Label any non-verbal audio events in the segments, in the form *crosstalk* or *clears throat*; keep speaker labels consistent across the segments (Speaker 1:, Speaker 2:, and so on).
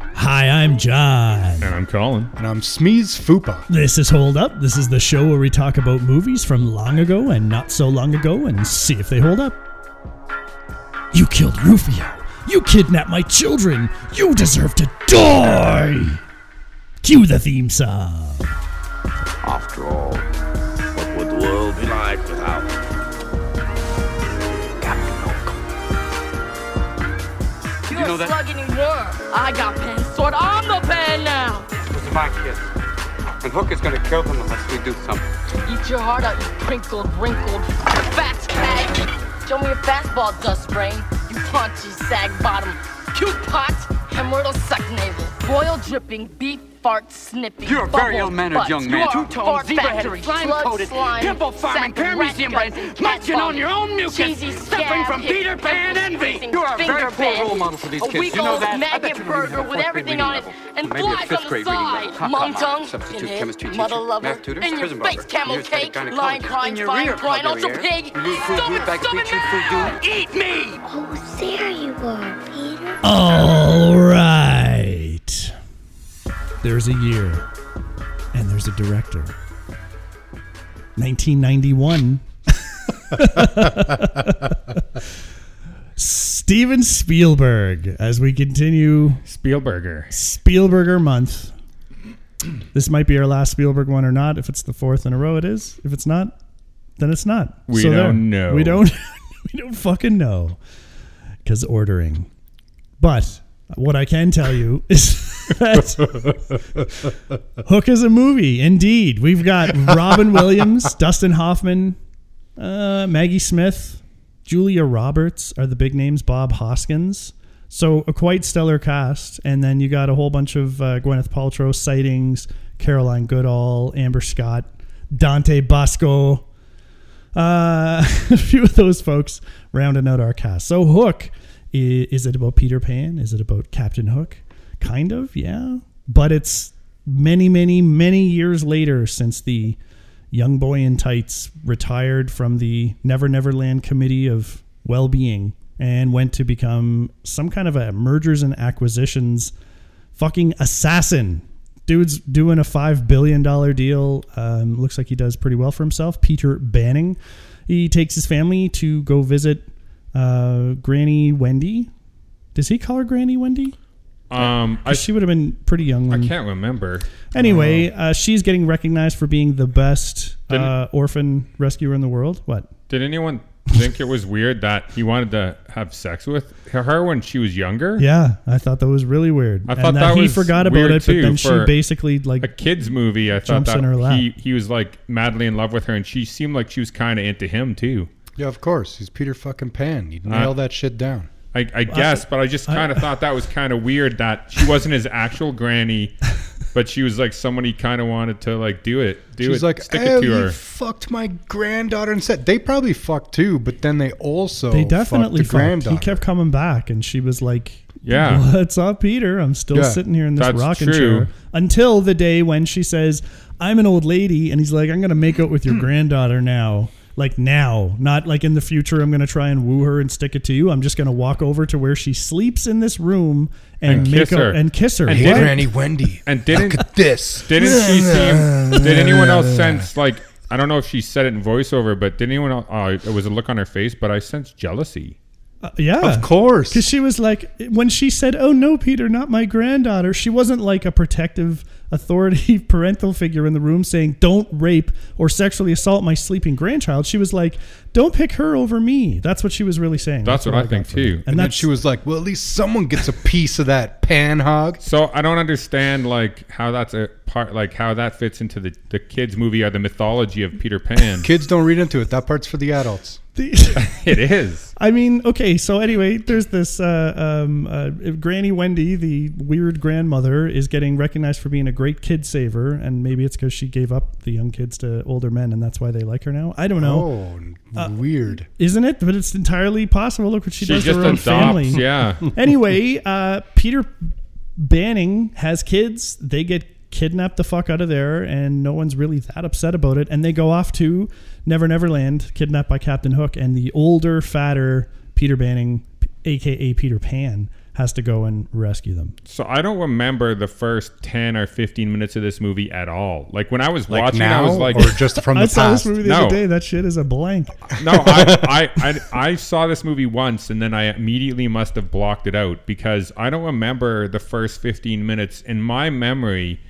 Speaker 1: Hi, I'm John.
Speaker 2: And I'm Colin.
Speaker 3: And I'm Smeeze Fupa.
Speaker 1: This is Hold Up. This is the show where we talk about movies from long ago and not so long ago and see if they hold up. You killed Rufio. You kidnapped my children. You deserve to die. Cue the theme song.
Speaker 4: After all, what would the world be like without Captain Hook?
Speaker 5: You're a slug and you were. I got pen sword. I'm the pen now.
Speaker 6: Those are my kids. And Hooker's gonna kill them unless we do something.
Speaker 5: Eat your heart out, you crinkled, wrinkled, fast cat. Show me your fastball, dust brain. You paunchy sag bottom. Cute pot, hemorrhoidal suck navel. Royal dripping, beef fart snipping.
Speaker 6: You're a very
Speaker 5: bubble
Speaker 6: ill-mannered
Speaker 5: butt.
Speaker 6: young man.
Speaker 5: You are
Speaker 6: Two-toned,
Speaker 5: fart
Speaker 6: zebra-headed,
Speaker 5: factory,
Speaker 6: slime-coated,
Speaker 5: slug slime,
Speaker 6: pimple-farming,
Speaker 5: sack of
Speaker 6: pair
Speaker 5: rat
Speaker 6: museum
Speaker 5: guts
Speaker 6: brain,
Speaker 5: and
Speaker 6: munching
Speaker 5: cat
Speaker 6: on your own mucus,
Speaker 5: cheesy
Speaker 6: suffering
Speaker 5: scab,
Speaker 6: from
Speaker 5: hissing,
Speaker 6: Peter Pan
Speaker 5: hissing,
Speaker 6: envy.
Speaker 5: hissing,
Speaker 6: You are a very
Speaker 5: finger
Speaker 6: poor
Speaker 5: bend,
Speaker 6: role model for these
Speaker 5: a
Speaker 6: kids. You
Speaker 5: week
Speaker 6: know
Speaker 5: old
Speaker 6: that? I bet you
Speaker 5: maggot
Speaker 6: don't even have a
Speaker 5: burger with
Speaker 6: fourth grade
Speaker 5: everything
Speaker 6: reading
Speaker 5: on it
Speaker 6: level.
Speaker 5: and
Speaker 6: Maybe a
Speaker 5: flies
Speaker 6: fifth
Speaker 5: on the
Speaker 6: grade reading level.
Speaker 5: side. Mung
Speaker 6: Cock block,
Speaker 5: tongue,
Speaker 6: substitute
Speaker 5: pinhead,
Speaker 6: chemistry teacher,
Speaker 5: mother lover,
Speaker 6: math tutor,
Speaker 5: in your
Speaker 6: prison
Speaker 5: face,
Speaker 6: barber,
Speaker 5: camel
Speaker 6: university
Speaker 5: cake,
Speaker 6: gynecologist,
Speaker 5: lion
Speaker 6: in
Speaker 5: crying,
Speaker 6: your
Speaker 5: fine
Speaker 6: ear,
Speaker 5: crying, also
Speaker 6: Calderriere,
Speaker 5: pig.
Speaker 6: you food,
Speaker 5: Stop
Speaker 6: you
Speaker 5: it,
Speaker 6: bag of
Speaker 5: stop it
Speaker 6: peaches, food, you
Speaker 5: now!
Speaker 6: Eat me!
Speaker 7: Oh, there you are, Peter.
Speaker 1: All right. There's a year, and there's a director. 1991. *laughs* Steven Spielberg, as we continue
Speaker 2: Spielberger.
Speaker 1: Spielberger month. This might be our last Spielberg one or not. If it's the fourth in a row, it is. If it's not, then it's not.
Speaker 2: We
Speaker 1: So
Speaker 2: don't
Speaker 1: there.
Speaker 2: know.
Speaker 1: We don't. *laughs* we don't fucking know because ordering. But what I can tell you is *laughs* that Hook is a movie. Indeed, we've
Speaker 2: *laughs*
Speaker 1: got Robin Williams, Dustin Hoffman, uh, Maggie Smith, Julia Roberts are the big names. Bob Hoskins. So a quite stellar cast, and then you got a whole bunch of uh, Gwyneth Paltrow sightings, Caroline Goodall, Amber Scott, Dante Bosco, uh, *laughs* a few of those folks rounding out our cast. So Hook, i- is it about Peter Pan? Is it about Captain Hook? Kind of, yeah. But it's many, many, many years later since the young boy in tights retired from the Never Never Land Committee of Well-Being and went to become some kind of a mergers and acquisitions fucking assassin. Dude's doing a five billion dollar deal. Um, looks like he does pretty well for himself. Peter Banning. He takes his family to go visit uh, Granny Wendy. Does he call her Granny Wendy?
Speaker 2: Um, I,
Speaker 1: 'Cause she would have been pretty young.
Speaker 2: I
Speaker 1: When,
Speaker 2: can't remember.
Speaker 1: anyway, uh, she's getting recognized for being the best uh, orphan rescuer in the world. What?
Speaker 2: Did
Speaker 3: *laughs*
Speaker 2: anyone think it was weird that he wanted to have sex with her when she was younger?
Speaker 1: Yeah, I thought that was really weird.
Speaker 2: I
Speaker 1: And
Speaker 2: thought that
Speaker 1: he
Speaker 2: was
Speaker 1: forgot about
Speaker 2: weird
Speaker 1: it, but
Speaker 2: too
Speaker 1: then she
Speaker 2: for
Speaker 1: basically like
Speaker 2: A kids movie. I thought
Speaker 1: Jumps
Speaker 2: that
Speaker 1: in her lap.
Speaker 2: he he was like madly in love with her, and she seemed like she was kind of into him too.
Speaker 3: Yeah, of course. He's Peter fucking Pan.
Speaker 2: Uh,
Speaker 3: He'd nail that shit down.
Speaker 2: I, I guess, but I just kind of thought that was kind of weird that she wasn't his actual
Speaker 3: *laughs*
Speaker 2: granny, but she was like someone he kind of wanted to like do it, do
Speaker 3: She's
Speaker 2: it,
Speaker 3: like,
Speaker 2: stick
Speaker 3: oh,
Speaker 2: it to
Speaker 3: you
Speaker 2: her.
Speaker 3: fucked my granddaughter and said They probably fucked too, but then they also
Speaker 1: they definitely
Speaker 3: fucked the
Speaker 1: fucked.
Speaker 3: granddaughter.
Speaker 1: He kept coming back, and she was like,
Speaker 2: Yeah.
Speaker 1: what's up, Peter? I'm still
Speaker 3: Yeah,
Speaker 1: sitting here in this
Speaker 2: that's
Speaker 1: rocking
Speaker 2: true.
Speaker 1: chair." Until the day when she says, "I'm an old lady," and he's like, "I'm gonna make out with
Speaker 3: *clears throat*
Speaker 1: your granddaughter now." Like now, not like in the future. I'm gonna try and woo her and stick it to you. I'm just gonna walk over to where she sleeps in this room and,
Speaker 2: And
Speaker 1: make
Speaker 2: kiss
Speaker 1: out-
Speaker 2: her.
Speaker 1: and kiss her.
Speaker 2: And
Speaker 3: Hey,
Speaker 2: didn't-
Speaker 3: Granny Wendy.
Speaker 2: *laughs* and didn't
Speaker 3: look at this.
Speaker 2: Didn't she seem? Did anyone else sense like? I don't know if she said it in voiceover, but did anyone else? Oh, it was a look on her face, but I sensed jealousy.
Speaker 1: Uh, yeah,
Speaker 3: Of course.
Speaker 1: Because she was like, when she said, "Oh no, Peter, not my granddaughter," she wasn't like a protective authority *laughs* parental figure in the room saying, "Don't rape or sexually assault my sleeping grandchild." She was like, "Don't pick her over me." That's what she was really saying.
Speaker 2: That's, what, I, think
Speaker 1: got from it.
Speaker 2: too.
Speaker 1: And,
Speaker 3: and then
Speaker 1: that's
Speaker 3: she was like, well, at least someone gets a piece of that pan hog.
Speaker 2: So I don't understand like how that's a part, like how that fits into the the kids movie or the mythology of Peter Pan.
Speaker 3: Kids don't read into it. That part's for the adults.
Speaker 1: the, *laughs*
Speaker 2: it is.
Speaker 1: I mean, okay. So anyway, there's this uh, um, uh, Granny Wendy, the weird grandmother, is getting recognized for being a great kid saver, and maybe it's because she gave up the young kids to older men, and that's why they like her now. I don't know.
Speaker 3: Oh,
Speaker 1: Uh,
Speaker 3: weird.
Speaker 1: isn't it? But it's entirely possible. Look what she,
Speaker 2: She
Speaker 1: does
Speaker 2: just
Speaker 1: to her own
Speaker 2: adopts.
Speaker 1: family. *laughs*
Speaker 2: Yeah.
Speaker 1: Anyway, uh, Peter Banning has kids. They get kidnapped the fuck out of there, and no one's really that upset about it. And they go off to Never Never Land, kidnapped by Captain Hook and the older, fatter Peter Banning, aka Peter Pan. has to go and rescue them.
Speaker 2: So I don't remember the first ten or fifteen minutes of this movie at all. Like when I was
Speaker 3: Like
Speaker 2: watching,
Speaker 3: now
Speaker 2: I was like,
Speaker 3: or just
Speaker 1: *laughs*
Speaker 3: from
Speaker 1: I
Speaker 3: the
Speaker 1: saw this
Speaker 3: past?
Speaker 1: movie the other
Speaker 2: No.
Speaker 1: day. That shit is a
Speaker 2: *laughs*
Speaker 1: blank.
Speaker 2: no, I, I, I, I saw this movie once and then I immediately must have blocked it out because I don't remember the first 15 minutes. In my memory,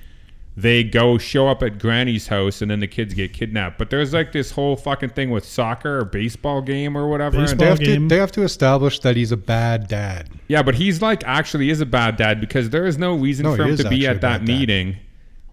Speaker 2: they go show up at Granny's house and then the kids get kidnapped. But there's like this whole fucking thing with soccer or baseball game or whatever. and-
Speaker 1: Baseball.
Speaker 3: They have,
Speaker 1: game.
Speaker 3: to, they have to establish that he's a bad dad.
Speaker 2: yeah, but he's like actually is a bad dad because there is no reason
Speaker 3: No,
Speaker 2: for
Speaker 3: he
Speaker 2: him
Speaker 3: is
Speaker 2: to be
Speaker 3: actually
Speaker 2: at
Speaker 3: a
Speaker 2: that
Speaker 3: bad dad.
Speaker 2: meeting.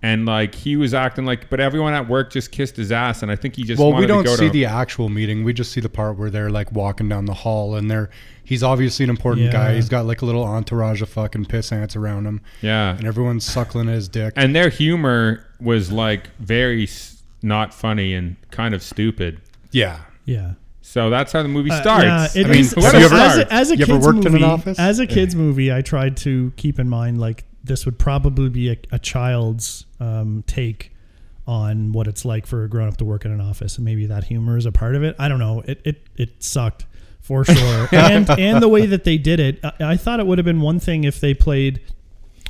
Speaker 2: And like he was acting like, but everyone at work just kissed his ass, and I think he just
Speaker 3: Well,
Speaker 2: wanted
Speaker 3: we don't
Speaker 2: to go
Speaker 3: see
Speaker 2: to
Speaker 3: the actual meeting. We just see the part where they're like walking down the hall, and they're he's obviously an important
Speaker 1: Yeah.
Speaker 3: guy. He's got like a little entourage of fucking piss ants around him,
Speaker 2: yeah,
Speaker 3: and everyone's suckling at his dick.
Speaker 2: and their humor was like very s- not funny and kind of stupid.
Speaker 3: yeah,
Speaker 1: Yeah.
Speaker 2: So that's how the movie
Speaker 1: Uh,
Speaker 2: starts.
Speaker 1: yeah, it
Speaker 3: I mean,
Speaker 1: is-
Speaker 3: have
Speaker 1: so
Speaker 3: you
Speaker 1: as,
Speaker 3: ever-
Speaker 1: a, as a
Speaker 3: you
Speaker 1: kids
Speaker 3: ever worked in an
Speaker 1: movie,
Speaker 3: office?
Speaker 1: as a kids movie, I tried to keep in mind like this would probably be a, a child's um, take on what it's like for a grown up to work in an office, and maybe that humor is a part of it. I don't know. It it it sucked for sure, and and the way that they did it, I, I thought it would have been one thing if they played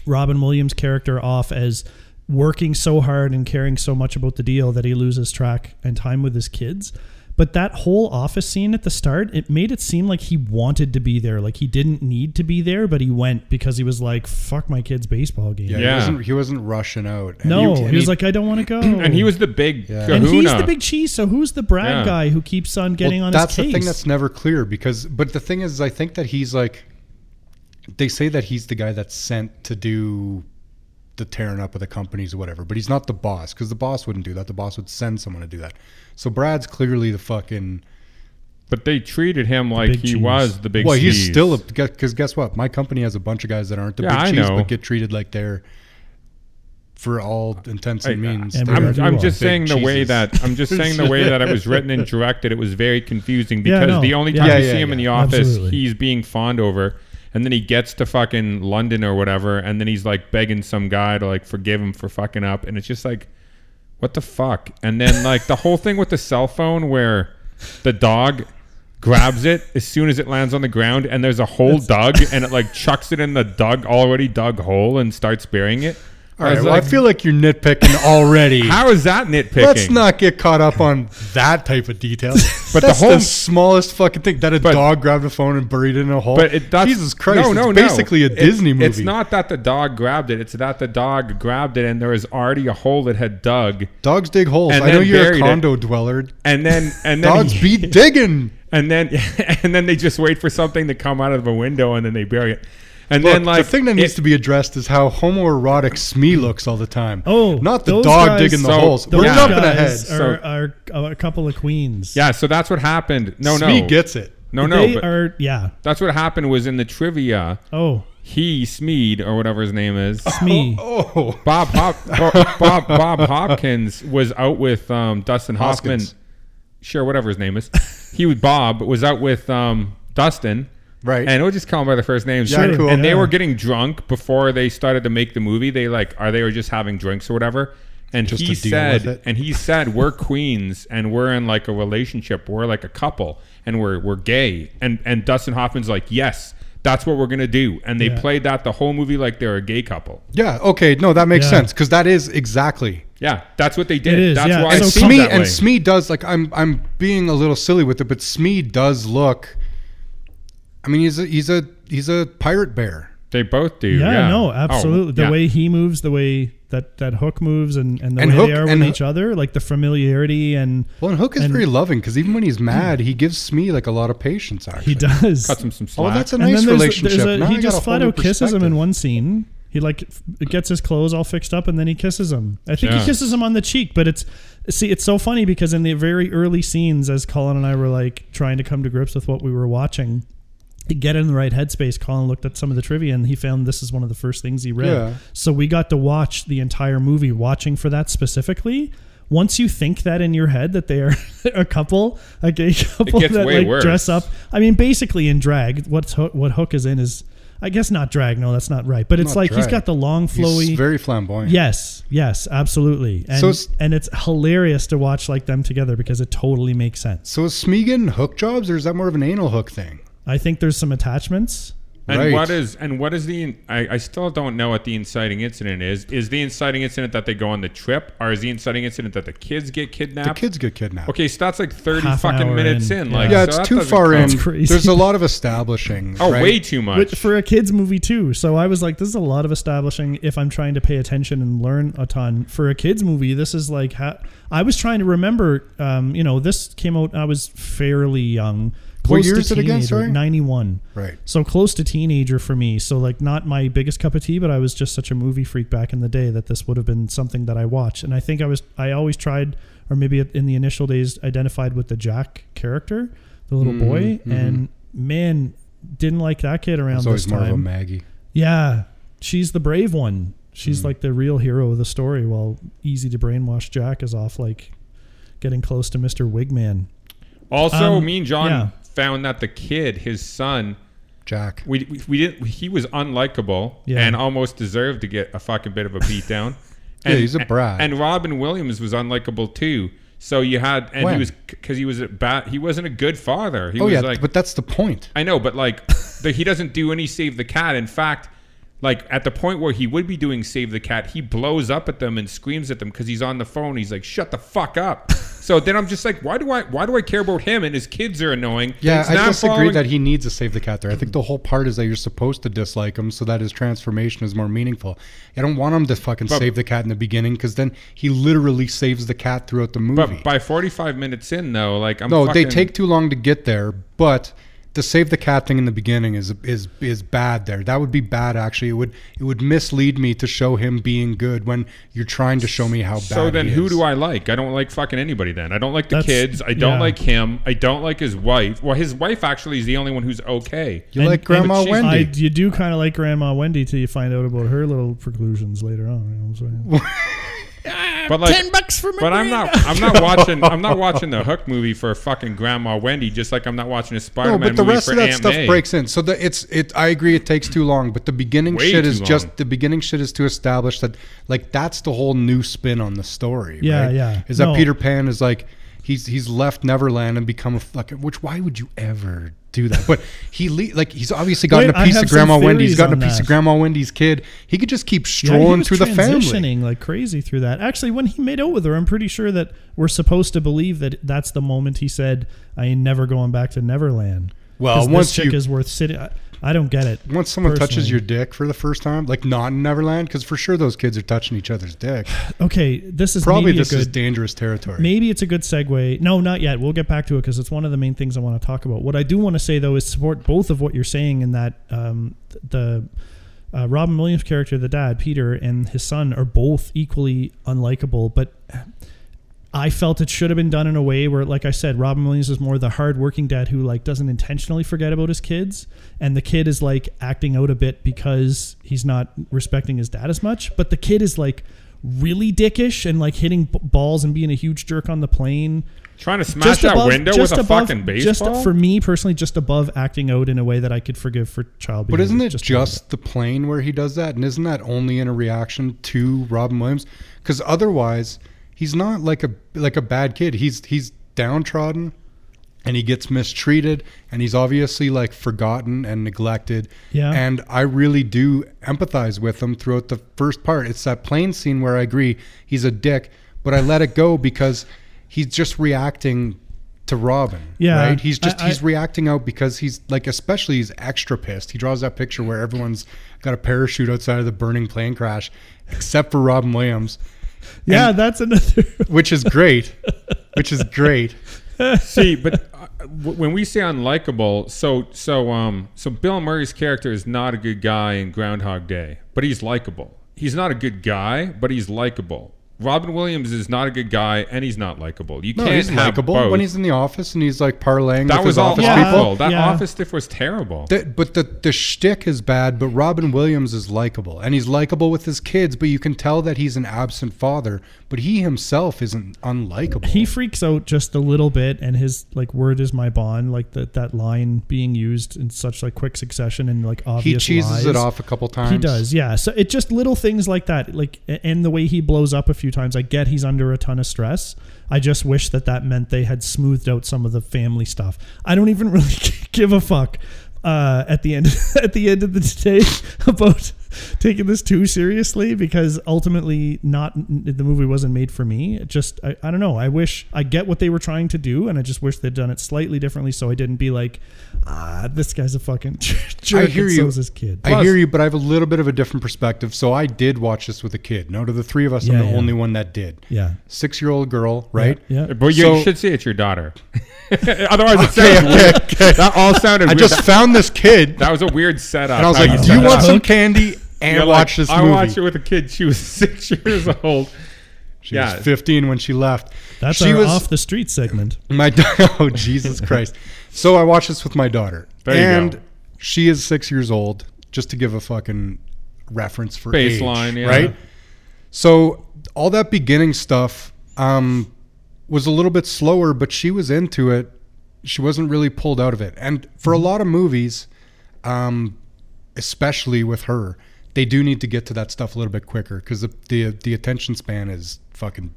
Speaker 1: Robin Williams' character off as working so hard and caring so much about the deal that he loses track and time with his kids. But that whole office scene at the start, it made it seem like he wanted to be there. Like he didn't need to be there, but he went because he was like, fuck my kid's baseball game.
Speaker 3: yeah.
Speaker 2: Yeah.
Speaker 3: He, wasn't, he wasn't rushing out. And
Speaker 1: No,
Speaker 3: and
Speaker 1: he was like, I don't want to go.
Speaker 2: *clears throat* and he was the big kahuna.
Speaker 1: And he's the big cheese. So who's the Brad
Speaker 2: Yeah.
Speaker 1: guy who keeps on getting
Speaker 3: Well,
Speaker 1: on his
Speaker 3: that's the
Speaker 1: case?
Speaker 3: thing that's never clear because but the thing is i think that he's like they say that he's the guy that's sent to do the tearing up of the companies or whatever but he's not the boss because the boss wouldn't do that the boss would send someone to do that so brad's clearly the fucking
Speaker 2: but they treated him like
Speaker 1: big
Speaker 2: he
Speaker 1: cheese.
Speaker 2: was the big
Speaker 3: well he's
Speaker 2: cheese.
Speaker 3: still because guess what my company has a bunch of guys that aren't the
Speaker 2: Yeah, I
Speaker 3: big cheese
Speaker 2: know.
Speaker 3: but get treated like they're for all intents and
Speaker 2: I-
Speaker 3: means
Speaker 1: And
Speaker 3: they're
Speaker 1: we are
Speaker 2: I'm, I'm
Speaker 1: Big
Speaker 2: just saying the way
Speaker 3: cheeses.
Speaker 2: that I'm
Speaker 1: *laughs*
Speaker 2: just saying the way that it was written and directed. It was very confusing
Speaker 1: Yeah,
Speaker 2: because
Speaker 1: no.
Speaker 2: the only
Speaker 1: Yeah.
Speaker 2: time
Speaker 1: Yeah,
Speaker 2: you
Speaker 3: yeah,
Speaker 2: see him in the
Speaker 3: yeah.
Speaker 2: office,
Speaker 1: Absolutely.
Speaker 2: he's being fawned over, and then he gets to fucking London or whatever, and then he's like begging some guy to like forgive him for fucking up, and it's just like, what the fuck? And then like the whole thing with the cell phone where the dog. Grabs it as soon as it lands on the ground, and there's a hole dug, and it like chucks it in the dug already dug hole and starts burying it.
Speaker 3: all right
Speaker 2: was
Speaker 3: well,
Speaker 2: like,
Speaker 3: i feel like you're nitpicking
Speaker 2: *laughs*
Speaker 3: already
Speaker 2: how is that nitpicking?
Speaker 3: Let's not get caught up on that type of detail.
Speaker 2: *laughs* But
Speaker 3: but
Speaker 2: the
Speaker 3: that's the,
Speaker 2: whole-
Speaker 3: smallest fucking thing that a
Speaker 2: But-
Speaker 3: dog grabbed a phone and buried it in a hole.
Speaker 2: But it, that's,
Speaker 3: Jesus Christ,
Speaker 2: No, no,
Speaker 3: it's
Speaker 2: no.
Speaker 3: basically a
Speaker 2: It-
Speaker 3: Disney movie.
Speaker 2: It's not that the dog grabbed it. It's that the dog grabbed it, and there was already a hole that had dug,
Speaker 3: Dogs dig holes.
Speaker 2: And
Speaker 3: I know
Speaker 2: then
Speaker 3: you're
Speaker 2: buried
Speaker 3: a
Speaker 2: it. *laughs*
Speaker 3: condo dweller.
Speaker 2: and then and then *laughs*
Speaker 3: Dogs be digging.
Speaker 2: and then *laughs* and then they just wait for something to come out of a window, and then they bury it. And
Speaker 3: Look,
Speaker 2: then like
Speaker 3: the thing that needs to be addressed is how homoerotic Smee looks all the time.
Speaker 1: Oh,
Speaker 3: not the
Speaker 1: those
Speaker 3: dog
Speaker 1: guys-
Speaker 3: digging the
Speaker 2: So,
Speaker 3: holes.
Speaker 1: Those
Speaker 3: We're
Speaker 2: yeah.
Speaker 3: jumping ahead.
Speaker 1: guys
Speaker 2: So-
Speaker 1: Are, are a couple of queens.
Speaker 2: yeah. So that's what happened. No,
Speaker 3: Smee
Speaker 2: no,
Speaker 3: gets it.
Speaker 2: no, no.
Speaker 1: They
Speaker 2: but
Speaker 1: are, yeah.
Speaker 2: that's what happened was in the trivia.
Speaker 1: Oh,
Speaker 2: He Smeed or whatever his name is.
Speaker 1: it's me.
Speaker 3: Oh,
Speaker 2: Bob Hop, Bob Bob Hopkins was out with um, Dustin Hoffman.
Speaker 3: Hoskins.
Speaker 2: Sure, whatever his name is. He was Bob was out with um, Dustin.
Speaker 3: Right.
Speaker 2: And we'll just call them by their first names.
Speaker 3: Yeah, Sure. cool.
Speaker 2: And they
Speaker 1: Yeah.
Speaker 2: were getting drunk before they started to make the movie. They like are they were just having drinks or whatever. And
Speaker 3: Just
Speaker 2: he
Speaker 3: to deal with
Speaker 2: said
Speaker 3: it.
Speaker 2: and he said we're queens and we're in like a relationship. We're like a couple and we're we're gay. And and Dustin Hoffman's like, Yes, that's what we're gonna do. And they
Speaker 1: Yeah.
Speaker 2: played that the whole movie like they're a gay couple.
Speaker 3: yeah. Okay. No, that makes
Speaker 1: Yeah.
Speaker 3: sense because that is exactly
Speaker 2: Yeah, that's what they did.
Speaker 1: It is,
Speaker 2: that's
Speaker 1: yeah.
Speaker 2: why
Speaker 1: And
Speaker 2: it
Speaker 1: so
Speaker 2: seemed
Speaker 1: Smee-
Speaker 2: that
Speaker 3: and
Speaker 2: way.
Speaker 3: Smee does like I'm I'm being a little silly with it, but Smee does look. I mean, he's a he's a he's a pirate bear.
Speaker 2: they both do.
Speaker 1: Yeah,
Speaker 2: Yeah,
Speaker 1: no,
Speaker 2: Oh,
Speaker 1: absolutely. the
Speaker 2: yeah.
Speaker 1: way he moves, the way that, that Hook moves, and, and the
Speaker 3: And
Speaker 1: way they
Speaker 3: Hook-
Speaker 1: are with
Speaker 3: and-
Speaker 1: each other, like the familiarity and
Speaker 3: Well, and Hook is
Speaker 1: And-
Speaker 3: very loving because even when he's mad, he gives Smee like a lot of patience. Actually,
Speaker 1: he *laughs* does.
Speaker 2: cuts him some
Speaker 3: Oh,
Speaker 2: slack.
Speaker 3: that's a
Speaker 1: and
Speaker 3: nice
Speaker 1: then there's,
Speaker 3: relationship.
Speaker 1: there's a,
Speaker 3: Now
Speaker 1: he
Speaker 3: I got a
Speaker 1: just
Speaker 3: whole
Speaker 1: flat
Speaker 3: new
Speaker 1: out kisses him in
Speaker 3: perspective.
Speaker 1: one scene. He like f- gets his clothes all fixed up, and then he kisses him. I think
Speaker 2: Yeah.
Speaker 1: he kisses him on the cheek, but it's see, it's so funny because in the very early scenes, as Colin and I were like trying to come to grips with what we were watching. To get in the right headspace, Colin looked at some of the trivia and he found this is one of the first things he read.
Speaker 3: Yeah.
Speaker 1: So we got to watch the entire movie watching for that specifically. Once you think that in your head that they are *laughs* a couple, a gay couple
Speaker 2: gets
Speaker 1: that
Speaker 2: way
Speaker 1: like
Speaker 2: worse.
Speaker 1: dress up. I mean, basically in drag, what's Hook, what Hook is in is, I guess not drag. No, that's not right. But it's
Speaker 3: Not
Speaker 1: like he's
Speaker 3: drag.
Speaker 1: got the long flowy.
Speaker 3: He's very flamboyant.
Speaker 1: yes, yes, absolutely. And
Speaker 3: So it's-
Speaker 1: and it's hilarious to watch like them together because it totally makes sense.
Speaker 3: So is Smee getting hook jobs, or is that more of an anal hook thing?
Speaker 1: I think there's some attachments.
Speaker 2: And
Speaker 3: Right.
Speaker 2: what is and what is the I, I still don't know what the inciting incident is. Is the inciting incident that they go on the trip, or is the inciting incident that the kids get kidnapped?
Speaker 3: The kids get kidnapped.
Speaker 2: Okay, so that's like thirty
Speaker 1: Half an
Speaker 2: fucking
Speaker 1: hour
Speaker 2: minutes
Speaker 1: in,
Speaker 2: in.
Speaker 1: yeah.
Speaker 2: Like,
Speaker 3: Yeah,
Speaker 2: so
Speaker 3: it's
Speaker 2: that
Speaker 3: too
Speaker 2: doesn't
Speaker 3: far
Speaker 2: count.
Speaker 3: in.
Speaker 1: That's crazy.
Speaker 3: There's a lot of establishing.
Speaker 2: Oh,
Speaker 3: right?
Speaker 2: way too much.
Speaker 1: But for a kids movie too. So I was like, this is a lot of establishing. If I'm trying to pay attention and learn a ton for a kids movie, this is like ha- I was trying to remember. Um, you know, this came out. I was fairly young.
Speaker 3: What
Speaker 1: Close
Speaker 3: year
Speaker 1: to
Speaker 3: is it again,
Speaker 1: teenager,
Speaker 3: sorry?
Speaker 1: 91.
Speaker 3: Right.
Speaker 1: So close to teenager for me. So like not my biggest cup of tea, but I was just such a movie freak back in the day that this would have been something that I watched. And I think I was I always tried or maybe in the initial days identified with the Jack character, the little
Speaker 3: Mm-hmm,
Speaker 1: boy, and man didn't like that kid around
Speaker 3: It's
Speaker 1: this
Speaker 3: always more of a
Speaker 1: time.
Speaker 3: Maggie.
Speaker 1: Yeah, she's the brave one. She's
Speaker 3: Mm.
Speaker 1: like the real hero of the story. While easy to brainwash Jack is off like getting close to Mister Wigman.
Speaker 2: also,
Speaker 1: um,
Speaker 2: me and John
Speaker 1: yeah.
Speaker 2: found that the kid, his son,
Speaker 3: Jack.
Speaker 2: we, we, we didn't. He was unlikable
Speaker 1: Yeah.
Speaker 2: and almost deserved to get a fucking bit of a
Speaker 3: *laughs*
Speaker 2: beatdown.
Speaker 3: Yeah, he's a brat.
Speaker 2: And Robin Williams was unlikable too. So you had, and he
Speaker 3: When?
Speaker 2: was because he was a bat. He wasn't a good father. He
Speaker 3: Oh
Speaker 2: was
Speaker 3: yeah,
Speaker 2: like,
Speaker 3: but that's the point.
Speaker 2: I know, but
Speaker 3: *laughs*
Speaker 2: like, the, he doesn't do any save the cat. In fact, like at the point where he would be doing save the cat, he blows up at them and screams at them because he's on the phone. He's like, "Shut the fuck up."
Speaker 3: *laughs*
Speaker 2: so then I'm just like, why do I why do I care about him? And his kids are annoying.
Speaker 3: Yeah,
Speaker 2: It's
Speaker 3: I
Speaker 2: not
Speaker 3: disagree
Speaker 2: following-
Speaker 3: that he needs to save the cat there. I think the whole part is that you're supposed to dislike him so that his transformation is more meaningful. I don't want him to fucking save the cat in the beginning because then he literally saves the cat throughout the movie.
Speaker 2: But by 45 minutes in, though, like I'm
Speaker 3: no, they
Speaker 2: fucking-
Speaker 3: take too long to get there, but the save the cat thing in the beginning is is is bad there. That would be bad actually. It would it would mislead me to show him being good when you're trying to show me how bad
Speaker 2: So then,
Speaker 3: he
Speaker 2: who
Speaker 3: is.
Speaker 2: do I like? I don't like fucking anybody. Then I don't like the
Speaker 1: That's-
Speaker 2: kids. I don't
Speaker 1: yeah.
Speaker 2: like him. I don't like his wife. Well, his wife actually is the only one who's okay.
Speaker 3: You like Grandma
Speaker 2: she's-
Speaker 3: Wendy.
Speaker 1: I, you do kind of like Grandma Wendy till you find out about her little preclusions later on. You know what I'm saying?
Speaker 2: But like ten bucks for But I'm not. I'm not watching. I'm not watching the Hook movie for fucking Grandma Wendy. Just like I'm not watching a
Speaker 3: No,
Speaker 2: Spider-Man
Speaker 3: but the
Speaker 2: movie
Speaker 3: rest
Speaker 2: for
Speaker 3: of that
Speaker 2: Aunt
Speaker 3: stuff
Speaker 2: May.
Speaker 3: breaks in. So the, it's it. I agree, it takes too long. But the beginning
Speaker 2: Way
Speaker 3: shit
Speaker 2: too
Speaker 3: is
Speaker 2: long.
Speaker 3: just the beginning shit is to establish that like that's the whole new spin on the story.
Speaker 1: Yeah,
Speaker 3: right?
Speaker 1: yeah.
Speaker 3: Is that
Speaker 1: No.
Speaker 3: Peter Pan is like he's he's left Neverland and become a fucking. Which why would you ever do that? But he le- like he's obviously gotten
Speaker 1: Wait,
Speaker 3: a
Speaker 1: I
Speaker 3: piece
Speaker 1: have
Speaker 3: of Grandma
Speaker 1: some
Speaker 3: Wendy's,
Speaker 1: theories
Speaker 3: gotten a
Speaker 1: on
Speaker 3: piece
Speaker 1: that.
Speaker 3: of Grandma Wendy's kid. He could just keep
Speaker 1: Yeah, he
Speaker 3: strolling
Speaker 1: was
Speaker 3: through the family.
Speaker 1: transitioning like crazy through that. Actually, when he made out with her, I'm pretty sure that we're supposed to believe that that's the moment he said, "I ain't never going back to Neverland."
Speaker 3: Well,
Speaker 1: 'Cause
Speaker 3: once
Speaker 1: this chick
Speaker 3: you-
Speaker 1: is worth sitting. I, I don't get it.
Speaker 3: Once someone touches
Speaker 1: personally.
Speaker 3: your dick for the first time, like not in Neverland, because for sure those kids are touching each
Speaker 1: *sighs*
Speaker 3: other's dick.
Speaker 1: okay, this is
Speaker 3: Probably
Speaker 1: maybe a
Speaker 3: this is
Speaker 1: good-
Speaker 3: dangerous territory.
Speaker 1: Maybe it's a good segue. No, not yet. We'll get back to it because it's one of the main things I want to talk about. What I do want to say though is support both of what you're saying in that um, th- the uh, Robin Williams character, the dad Peter, and his son are both equally unlikable. But I felt it should have been done in a way where, like I said, Robin Williams is more the hardworking dad who like doesn't intentionally forget about his kids, and the kid is like acting out a bit because he's not respecting his dad as much. But the kid is like really dickish and like hitting b- balls and being a huge jerk on the plane.
Speaker 2: Trying to smash that window with
Speaker 1: just
Speaker 2: a
Speaker 1: above-
Speaker 2: fucking
Speaker 1: just
Speaker 2: baseball.
Speaker 1: for me personally, just above acting out in a way that I could forgive for child.
Speaker 3: But isn't
Speaker 1: behavior,
Speaker 3: it just,
Speaker 1: above
Speaker 3: the plane where he does that? And isn't that only in a reaction to Robin Williams? Because otherwise, he's not like a like a bad kid. He's he's downtrodden, and he gets mistreated, and he's obviously like forgotten and neglected.
Speaker 1: Yeah.
Speaker 3: And I really do empathize with him throughout the first part. It's that plane scene where I agree he's a dick, but I let it go because he's just reacting to Robin.
Speaker 1: Yeah.
Speaker 3: Right. He's just
Speaker 1: I- I-
Speaker 3: he's reacting out because he's like, especially he's extra pissed. He draws that picture where everyone's got a parachute outside of the burning plane crash, except for Robin Williams,
Speaker 1: Yeah, that's another. *laughs*
Speaker 3: which is great, which is great.
Speaker 2: See, but uh, w- when we say unlikable, so so um so Bill Murray's character is not a good guy in Groundhog Day, but he's likable. He's not a good guy, but he's likable. Robin Williams is not a good guy, and he's not likable. You
Speaker 3: No,
Speaker 2: can't
Speaker 3: he's
Speaker 2: have
Speaker 3: likable
Speaker 2: both.
Speaker 3: when he's in the office and he's like parlaying
Speaker 2: that
Speaker 3: with
Speaker 2: was
Speaker 3: his
Speaker 2: all
Speaker 3: office
Speaker 1: Yeah.
Speaker 3: people.
Speaker 2: awful. That
Speaker 1: Yeah.
Speaker 2: office stiff was terrible.
Speaker 3: The- but the the shtick is bad. But Robin Williams is likable, and he's likable with his kids. But you can tell that he's an absent father. But he himself isn't unlikable.
Speaker 1: he freaks out just a little bit and his like word is my bond like that that line being used in such like quick succession and like
Speaker 3: he
Speaker 1: obvious
Speaker 3: cheeses
Speaker 1: lies.
Speaker 3: it off a couple times.
Speaker 1: he does yeah so it just little things like that like a- and the way he blows up a few times i get he's under a ton of stress i just wish *laughs* that that meant they had smoothed out some of the family stuff i don't even really give a fuck uh, at the end *laughs* at the end of the day *laughs* about taking this too seriously because ultimately not the movie wasn't made for me. It just I, I don't know. I wish I get what they were trying to do, and I just wish they'd done it slightly differently so I didn't be like, ah, this guy's a fucking *laughs* jerk.
Speaker 3: I hear
Speaker 1: and
Speaker 3: you.
Speaker 1: So is this kid.
Speaker 3: I hear you, but I have a little bit of a different perspective. So I did watch this with a kid. Now, to the three of us,
Speaker 1: Yeah,
Speaker 3: I'm the
Speaker 1: yeah.
Speaker 3: only one that did.
Speaker 1: yeah.
Speaker 3: Six year old girl, right?
Speaker 1: Yeah.
Speaker 2: But you
Speaker 3: So- *laughs*
Speaker 2: should see it's your daughter. *laughs* Otherwise, it sounds weird. That all sounded.
Speaker 3: I
Speaker 2: weird.
Speaker 3: just
Speaker 2: that,
Speaker 3: found this kid, and
Speaker 2: that was a weird setup.
Speaker 3: I was
Speaker 2: how
Speaker 3: like,
Speaker 2: set
Speaker 3: "Do you
Speaker 2: it
Speaker 3: want
Speaker 2: up."
Speaker 3: some candy?" And
Speaker 2: You're like,
Speaker 3: watch this
Speaker 2: I
Speaker 3: movie.
Speaker 2: watched it with a kid. She was *laughs* six years old.
Speaker 3: She
Speaker 2: Yeah.
Speaker 3: was 15 when she left.
Speaker 1: That's
Speaker 3: she
Speaker 1: our
Speaker 3: was
Speaker 1: off the street segment.
Speaker 3: my *laughs* da- oh
Speaker 2: *laughs*
Speaker 3: Jesus Christ. So I watched this with my daughter,
Speaker 2: There you
Speaker 3: and
Speaker 2: go.
Speaker 3: she is six years old. Just to give a fucking reference for age,
Speaker 2: Baseline, yeah.
Speaker 3: right? So all that beginning stuff um, was a little bit slower, but she was into it. She wasn't really pulled out of it, and for a
Speaker 2: Mm-hmm.
Speaker 3: lot of movies, um, especially with her, they do need to get to that stuff a little bit quicker because the, the the attention span is fucking,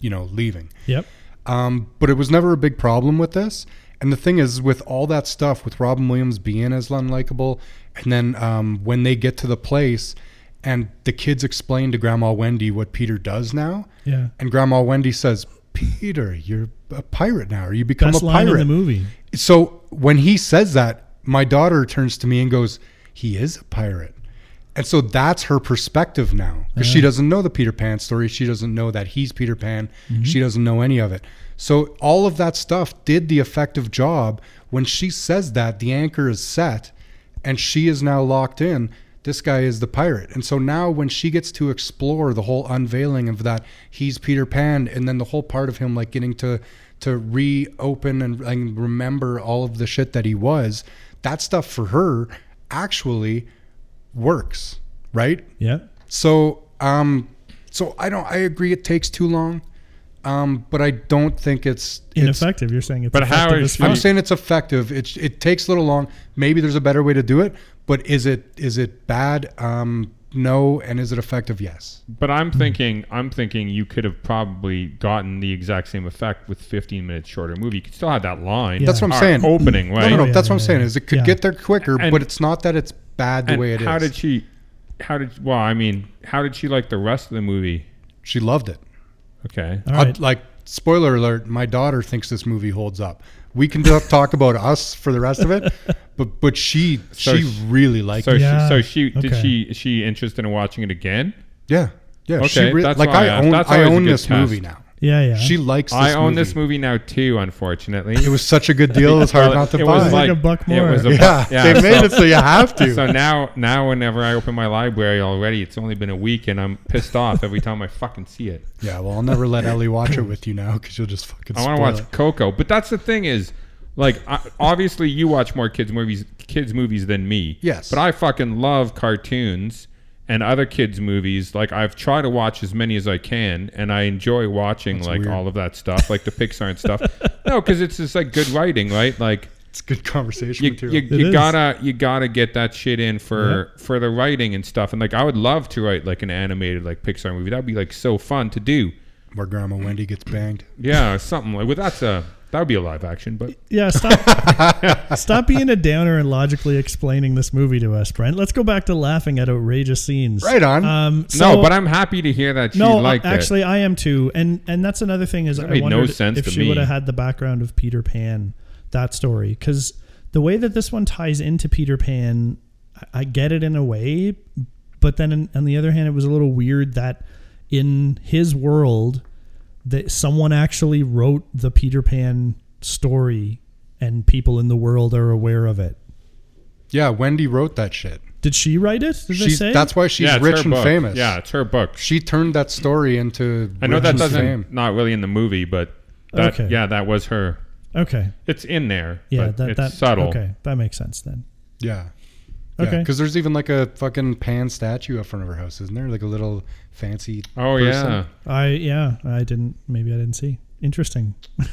Speaker 3: you know, leaving.
Speaker 1: Yep.
Speaker 3: Um, but it was never a big problem with this. And the thing is, with all that stuff, with Robin Williams being as unlikable, and then um, when they get to the place and the kids explain to Grandma Wendy what Peter does now,
Speaker 1: Yeah.
Speaker 3: and Grandma Wendy says, Peter, you're a pirate now, or you become
Speaker 1: Best
Speaker 3: a
Speaker 1: line
Speaker 3: pirate.
Speaker 1: in the movie.
Speaker 3: So when he says that, my daughter turns to me and goes, "He is a pirate." And so that's her perspective now because she doesn't know the Peter Pan story. She doesn't know that he's Peter Pan. She doesn't know any of it. So all of that stuff did the effective job. When she says that, the anchor is set and she is now locked in. This guy is the pirate. And so now when she gets to explore the whole unveiling of that he's Peter Pan and then the whole part of him like getting to to reopen and, and remember all of the shit that he was, that stuff for her actually works, right?
Speaker 1: Yeah.
Speaker 3: So, um, so I don't. I agree. It takes too long, um, but I don't think it's it's-
Speaker 1: Ineffective. You're saying it's
Speaker 2: But how
Speaker 1: effective
Speaker 2: is
Speaker 1: as
Speaker 2: she-
Speaker 1: fuck.
Speaker 3: I'm saying it's effective. It it takes a little long. Maybe there's a better way to do it, but is it is it bad? Um, no. And is it effective? Yes.
Speaker 2: But I'm thinking, I'm thinking you could have probably gotten the exact same effect with 15 minutes shorter movie. You could still have that line.
Speaker 1: That's what
Speaker 3: I'm
Speaker 2: Our
Speaker 3: saying.
Speaker 2: Opening, right?
Speaker 3: No, no, no.
Speaker 1: yeah,
Speaker 3: that's what I'm
Speaker 1: Oh, yeah,
Speaker 3: saying.
Speaker 1: yeah.
Speaker 3: Is it could
Speaker 1: Yeah.
Speaker 3: get there quicker,
Speaker 2: And-
Speaker 3: but it's not that it's bad the
Speaker 2: And
Speaker 3: way it is.
Speaker 2: how did she? How did? Well, I mean, how did she like the rest of the movie?
Speaker 3: she loved it?
Speaker 2: Okay.
Speaker 1: All
Speaker 3: I'd-
Speaker 1: right.
Speaker 3: like spoiler alert my daughter thinks this movie holds up we can do- talk about us for the rest of it but but she
Speaker 2: So
Speaker 3: she
Speaker 2: sh-
Speaker 3: really liked
Speaker 2: So
Speaker 3: it
Speaker 1: Yeah.
Speaker 2: she, so she did
Speaker 1: Okay.
Speaker 2: she is she interested in watching it again?
Speaker 3: yeah yeah she
Speaker 2: Okay,
Speaker 3: re-
Speaker 2: that's
Speaker 3: like
Speaker 2: all
Speaker 3: i
Speaker 2: I asked.
Speaker 3: own
Speaker 2: That's
Speaker 3: i
Speaker 2: always a
Speaker 3: own
Speaker 2: good
Speaker 3: this
Speaker 2: test.
Speaker 3: movie now
Speaker 1: yeah. Yeah.
Speaker 3: she likes this
Speaker 2: I own
Speaker 3: movie.
Speaker 2: this movie now too. Unfortunately,
Speaker 3: it was such a good deal it's hard not to
Speaker 2: it
Speaker 3: buy
Speaker 2: Was
Speaker 1: Like
Speaker 2: like,
Speaker 1: a buck
Speaker 2: It
Speaker 1: more.
Speaker 2: was a
Speaker 3: yeah,
Speaker 2: buck- *laughs* yeah,
Speaker 3: they made
Speaker 2: so-
Speaker 3: it so you have
Speaker 2: *laughs*
Speaker 3: to
Speaker 2: So now, now whenever I open my library already, it's only been a week, and I'm pissed off every time I fucking see it.
Speaker 3: yeah well i'll never let ellie watch *laughs* it with you now because you'll just fucking
Speaker 2: I
Speaker 3: spoil
Speaker 2: want to
Speaker 3: it.
Speaker 2: watch Coco, but that's the thing is, like, I, obviously you watch more kids movies, kids movies than me.
Speaker 3: Yes.
Speaker 2: but I fucking love cartoons and other kids movies. Like I've tried to watch as many as I can, and I enjoy watching like
Speaker 3: weird.
Speaker 2: all of that stuff, like the Pixar and
Speaker 3: *laughs*
Speaker 2: stuff. No, because it's just like good writing, right? Like
Speaker 3: it's good conversation
Speaker 2: you,
Speaker 3: material
Speaker 2: you,
Speaker 1: It is.
Speaker 2: you gotta you gotta get that shit in for for the writing and stuff. And like I would love to write like an animated like Pixar movie. That'd be like so fun to do.
Speaker 3: where grandma wendy gets banged
Speaker 2: Yeah, something like. Well, that's a that would be a live action, but
Speaker 1: Yeah, stop,
Speaker 3: *laughs*
Speaker 1: stop being a downer and logically explaining this movie to us, Brent. Let's go back to laughing at outrageous scenes.
Speaker 3: Right on.
Speaker 1: Um,
Speaker 2: no,
Speaker 1: so-
Speaker 2: but I'm happy to hear that she
Speaker 1: no,
Speaker 2: liked it.
Speaker 1: actually, I am too, and and that's another thing is I
Speaker 2: made no
Speaker 1: wondered
Speaker 2: sense
Speaker 1: if
Speaker 2: to
Speaker 1: she would have
Speaker 2: me.
Speaker 1: had the background of Peter Pan, that story, because the way that this one ties into Peter Pan, I- I get it in a way, but then in, on the other hand, it was a little weird that in his world that someone actually wrote the Peter Pan story, and people in the world are aware of it.
Speaker 3: yeah wendy wrote that shit
Speaker 1: Did she write it? Did
Speaker 3: she's,
Speaker 1: they say?
Speaker 3: that's why she's
Speaker 2: Yeah, it's her
Speaker 3: rich and
Speaker 2: book.
Speaker 3: famous
Speaker 2: Yeah, it's her book.
Speaker 3: she turned that story into
Speaker 2: I know
Speaker 3: rich
Speaker 2: that
Speaker 3: and
Speaker 2: doesn't
Speaker 3: fame.
Speaker 2: not really in the movie, but that
Speaker 1: Okay.
Speaker 2: yeah, that was her.
Speaker 1: okay.
Speaker 2: It's in there.
Speaker 1: Yeah,
Speaker 2: but
Speaker 1: that
Speaker 2: it's
Speaker 1: that
Speaker 2: subtle.
Speaker 1: Okay, that makes sense then.
Speaker 3: Yeah.
Speaker 1: Okay.
Speaker 3: Because there's even like a fucking pan statue up front of her house, isn't there? Like a little fancy.
Speaker 2: Oh
Speaker 3: person.
Speaker 2: yeah,
Speaker 1: I yeah, I didn't. Maybe I didn't see. Interesting. *laughs*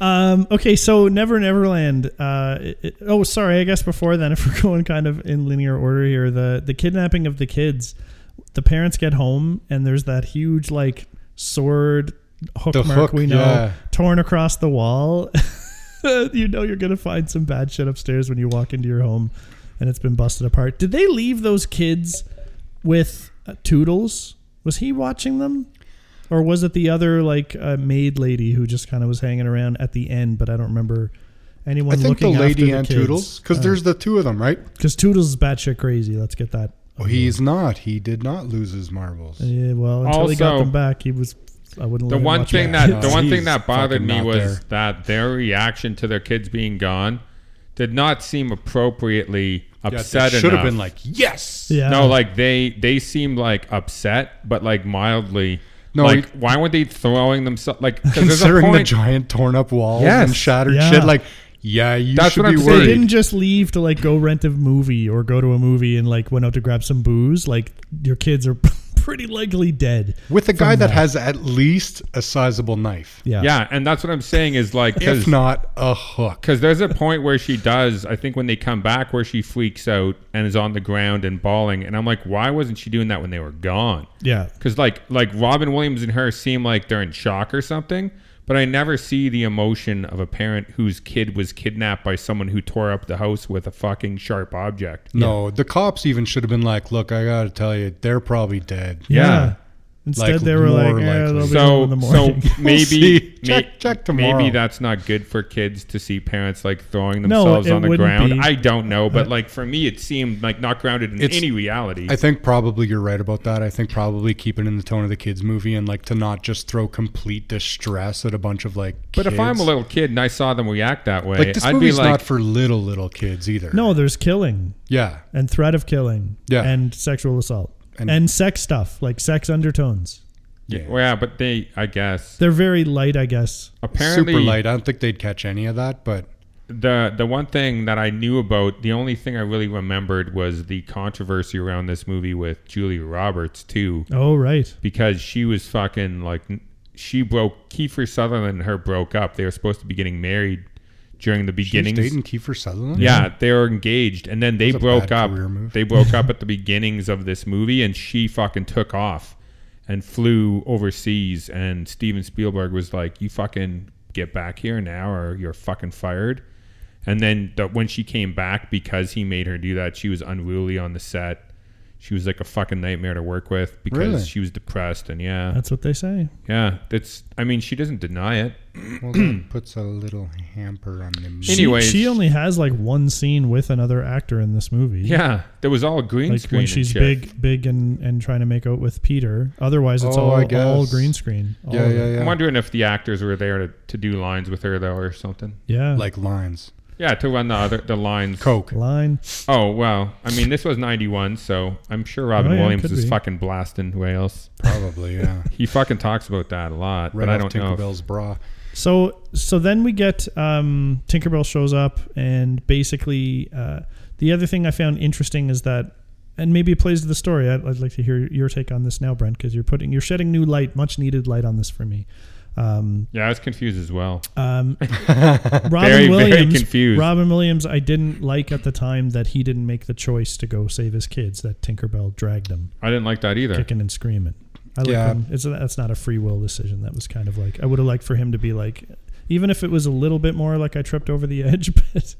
Speaker 1: um. Okay. So Never Neverland. Uh. it- it- oh, sorry. I guess before then, *laughs* if we're going kind of in linear order here, the the kidnapping of the kids. The parents get home and there's that huge like sword hook
Speaker 3: The
Speaker 1: mark
Speaker 3: hook,
Speaker 1: we know
Speaker 3: yeah.
Speaker 1: torn across the wall. *laughs* you know you're gonna find some bad shit upstairs when you walk into your home, and it's been busted apart. Did they leave those kids with uh, Toodles? Was he watching them, or was it the other like uh, maid lady who just kind of was hanging around at the end? But I don't remember anyone
Speaker 3: I think the Uh,
Speaker 1: looking
Speaker 3: lady
Speaker 1: after
Speaker 3: and
Speaker 1: the kids.
Speaker 3: Toodles, because there's the two of them, right?
Speaker 1: because Toodles is batshit crazy. Let's get that.
Speaker 3: Well, he's not. He did not lose his marbles.
Speaker 1: Yeah, well, until he got
Speaker 2: Also-
Speaker 1: them back, he was. I wouldn't.
Speaker 2: The
Speaker 1: let him
Speaker 2: one
Speaker 1: watch
Speaker 2: thing
Speaker 1: my *laughs*
Speaker 2: that the
Speaker 1: kids.
Speaker 2: one thing
Speaker 3: He's
Speaker 2: that bothered
Speaker 3: fucking
Speaker 2: me
Speaker 3: not
Speaker 2: was
Speaker 3: there.
Speaker 2: that their reaction to their kids being gone did not seem appropriately
Speaker 3: Yeah, they
Speaker 2: upset
Speaker 3: should have
Speaker 2: enough.
Speaker 3: been like, yes.
Speaker 1: yeah.
Speaker 2: no, like they they seemed like upset, but like mildly.
Speaker 3: No,
Speaker 2: like
Speaker 3: he-
Speaker 2: why weren't they throwing themselves? Like
Speaker 3: *laughs*
Speaker 2: 'cause there's a
Speaker 3: Considering the
Speaker 2: point.
Speaker 3: giant torn up walls
Speaker 2: Yes.
Speaker 3: and shattered
Speaker 1: Yeah.
Speaker 3: shit, like, yeah, you
Speaker 2: That's
Speaker 3: should
Speaker 2: what
Speaker 3: be
Speaker 2: I'm saying.
Speaker 1: they
Speaker 2: worried.
Speaker 1: didn't just leave to like go rent a movie or go to a movie and like went out to grab some booze. Like your kids are *laughs* pretty likely dead.
Speaker 3: with a
Speaker 1: from
Speaker 3: guy that has at least a sizable knife,
Speaker 1: yeah
Speaker 2: yeah, and that's what I'm saying is like
Speaker 3: if
Speaker 2: because
Speaker 3: not a hook.
Speaker 2: because there's a point where she does. I think when they come back, where she freaks out and is on the ground and bawling, and I'm like, why wasn't she doing that when they were gone?
Speaker 1: yeah
Speaker 2: because like like Robin Williams and her seem like they're in shock or something. But I never see the emotion of a parent whose kid was kidnapped by someone who tore up the house with a fucking sharp object.
Speaker 3: No, the cops even should have been like, look, I gotta tell you, they're probably dead.
Speaker 1: yeah.
Speaker 2: Yeah.
Speaker 1: Instead,
Speaker 3: Like,
Speaker 1: they were
Speaker 3: more
Speaker 1: like, eh,
Speaker 3: likely.
Speaker 1: they'll be home in the
Speaker 2: So so
Speaker 3: *laughs*
Speaker 1: morning. *laughs*
Speaker 2: maybe
Speaker 3: see. Check- check tomorrow.
Speaker 2: maybe that's not good for kids to see parents like throwing
Speaker 1: No,
Speaker 2: themselves
Speaker 1: it
Speaker 2: on the
Speaker 1: wouldn't
Speaker 2: ground.
Speaker 1: be. Uh,
Speaker 2: I don't know, but like for me, it seemed like not grounded in
Speaker 3: It's-
Speaker 2: any reality.
Speaker 3: I think probably you're right about that. I think probably keeping in the tone of the kids movie and like to not just throw complete distress at a bunch of like.
Speaker 2: but if I'm
Speaker 3: kids.
Speaker 2: a little kid and I saw them react that way,
Speaker 3: like this
Speaker 2: I'd be
Speaker 3: movie's
Speaker 2: like,
Speaker 3: not for little little kids either.
Speaker 1: no, there's killing
Speaker 3: Yeah.
Speaker 1: and threat of killing
Speaker 3: Yeah.
Speaker 1: and sexual assault
Speaker 3: And-
Speaker 1: and, sex stuff like sex undertones.
Speaker 2: yeah, well, yeah, but they, I guess,
Speaker 1: They're very light, I guess.
Speaker 2: apparently,
Speaker 3: super light. I don't think they'd catch any of that, but
Speaker 2: the the one thing that I knew about, the only thing I really remembered was the controversy around this movie with Julia Roberts too,
Speaker 1: Oh right,
Speaker 2: because she was fucking like n- she broke Kiefer Sutherland and her broke up. They were supposed to be getting married during the
Speaker 3: she's
Speaker 2: beginnings.
Speaker 3: dating Kiefer Sutherland.
Speaker 2: Yeah, they were engaged, and then they
Speaker 3: was a
Speaker 2: broke
Speaker 3: bad
Speaker 2: up.
Speaker 3: career move.
Speaker 2: They broke
Speaker 3: *laughs*
Speaker 2: up at the beginnings of this movie, and she fucking took off and flew overseas. And Steven Spielberg was like, "You fucking get back here now, or you're fucking fired." And then the, when she came back, because he made her do that, she was unruly on the set. She was like a fucking nightmare to work with because
Speaker 3: Really?
Speaker 2: she was depressed. And yeah,
Speaker 1: that's what they say.
Speaker 2: yeah, that's. I mean, she doesn't deny it.
Speaker 3: Well, that *clears throat* puts a little hamper on the. movie.
Speaker 1: She-
Speaker 2: Anyways.
Speaker 1: she only has like one scene with another actor in this movie.
Speaker 2: Yeah, there was all green
Speaker 1: like
Speaker 2: screen.
Speaker 1: when
Speaker 2: and
Speaker 1: she's
Speaker 2: shit.
Speaker 1: big, big, and and trying to make out with Peter. Otherwise, it's
Speaker 3: Oh, I
Speaker 1: all all
Speaker 3: guess.
Speaker 1: green screen. All
Speaker 3: Yeah,
Speaker 1: of
Speaker 3: yeah,
Speaker 1: it.
Speaker 2: I'm
Speaker 3: yeah.
Speaker 2: wondering if the actors were there to, to do lines with her though, or something.
Speaker 1: yeah.
Speaker 3: Like lines,
Speaker 2: Yeah, to run the other the lines.
Speaker 3: Coke.
Speaker 1: line.
Speaker 2: Oh wow! I mean, this was '91, so I'm sure Robin
Speaker 1: Oh, yeah,
Speaker 2: Williams
Speaker 1: could
Speaker 2: is
Speaker 1: be.
Speaker 2: fucking blasting Wales.
Speaker 3: Probably, yeah.
Speaker 2: *laughs* He fucking talks about that a lot,
Speaker 3: Right
Speaker 2: but I
Speaker 3: off
Speaker 2: don't know. if-
Speaker 3: Tinkerbell's bra.
Speaker 1: So so then we get um, Tinkerbell shows up, and basically uh, the other thing I found interesting is that, and maybe it plays to the story. I'd, I'd like to hear your take on this now, Brent, because you're putting you're shedding new light, much needed light on this for
Speaker 2: *laughs*
Speaker 1: me. Um,
Speaker 2: Yeah, I was confused as well.
Speaker 3: Uh,
Speaker 1: Robin
Speaker 2: Very, very
Speaker 1: Williams,
Speaker 2: confused.
Speaker 1: Robin Williams, I didn't like at the time that he didn't make the choice to go save his kids. That Tinkerbell dragged him.
Speaker 2: I didn't like that either.
Speaker 1: kicking and screaming. I like
Speaker 3: Yeah.
Speaker 1: when- it's that's not a free will decision. That was kind of like I would have liked for him to be like, even if it was a little bit more like I tripped over the *laughs* edge, but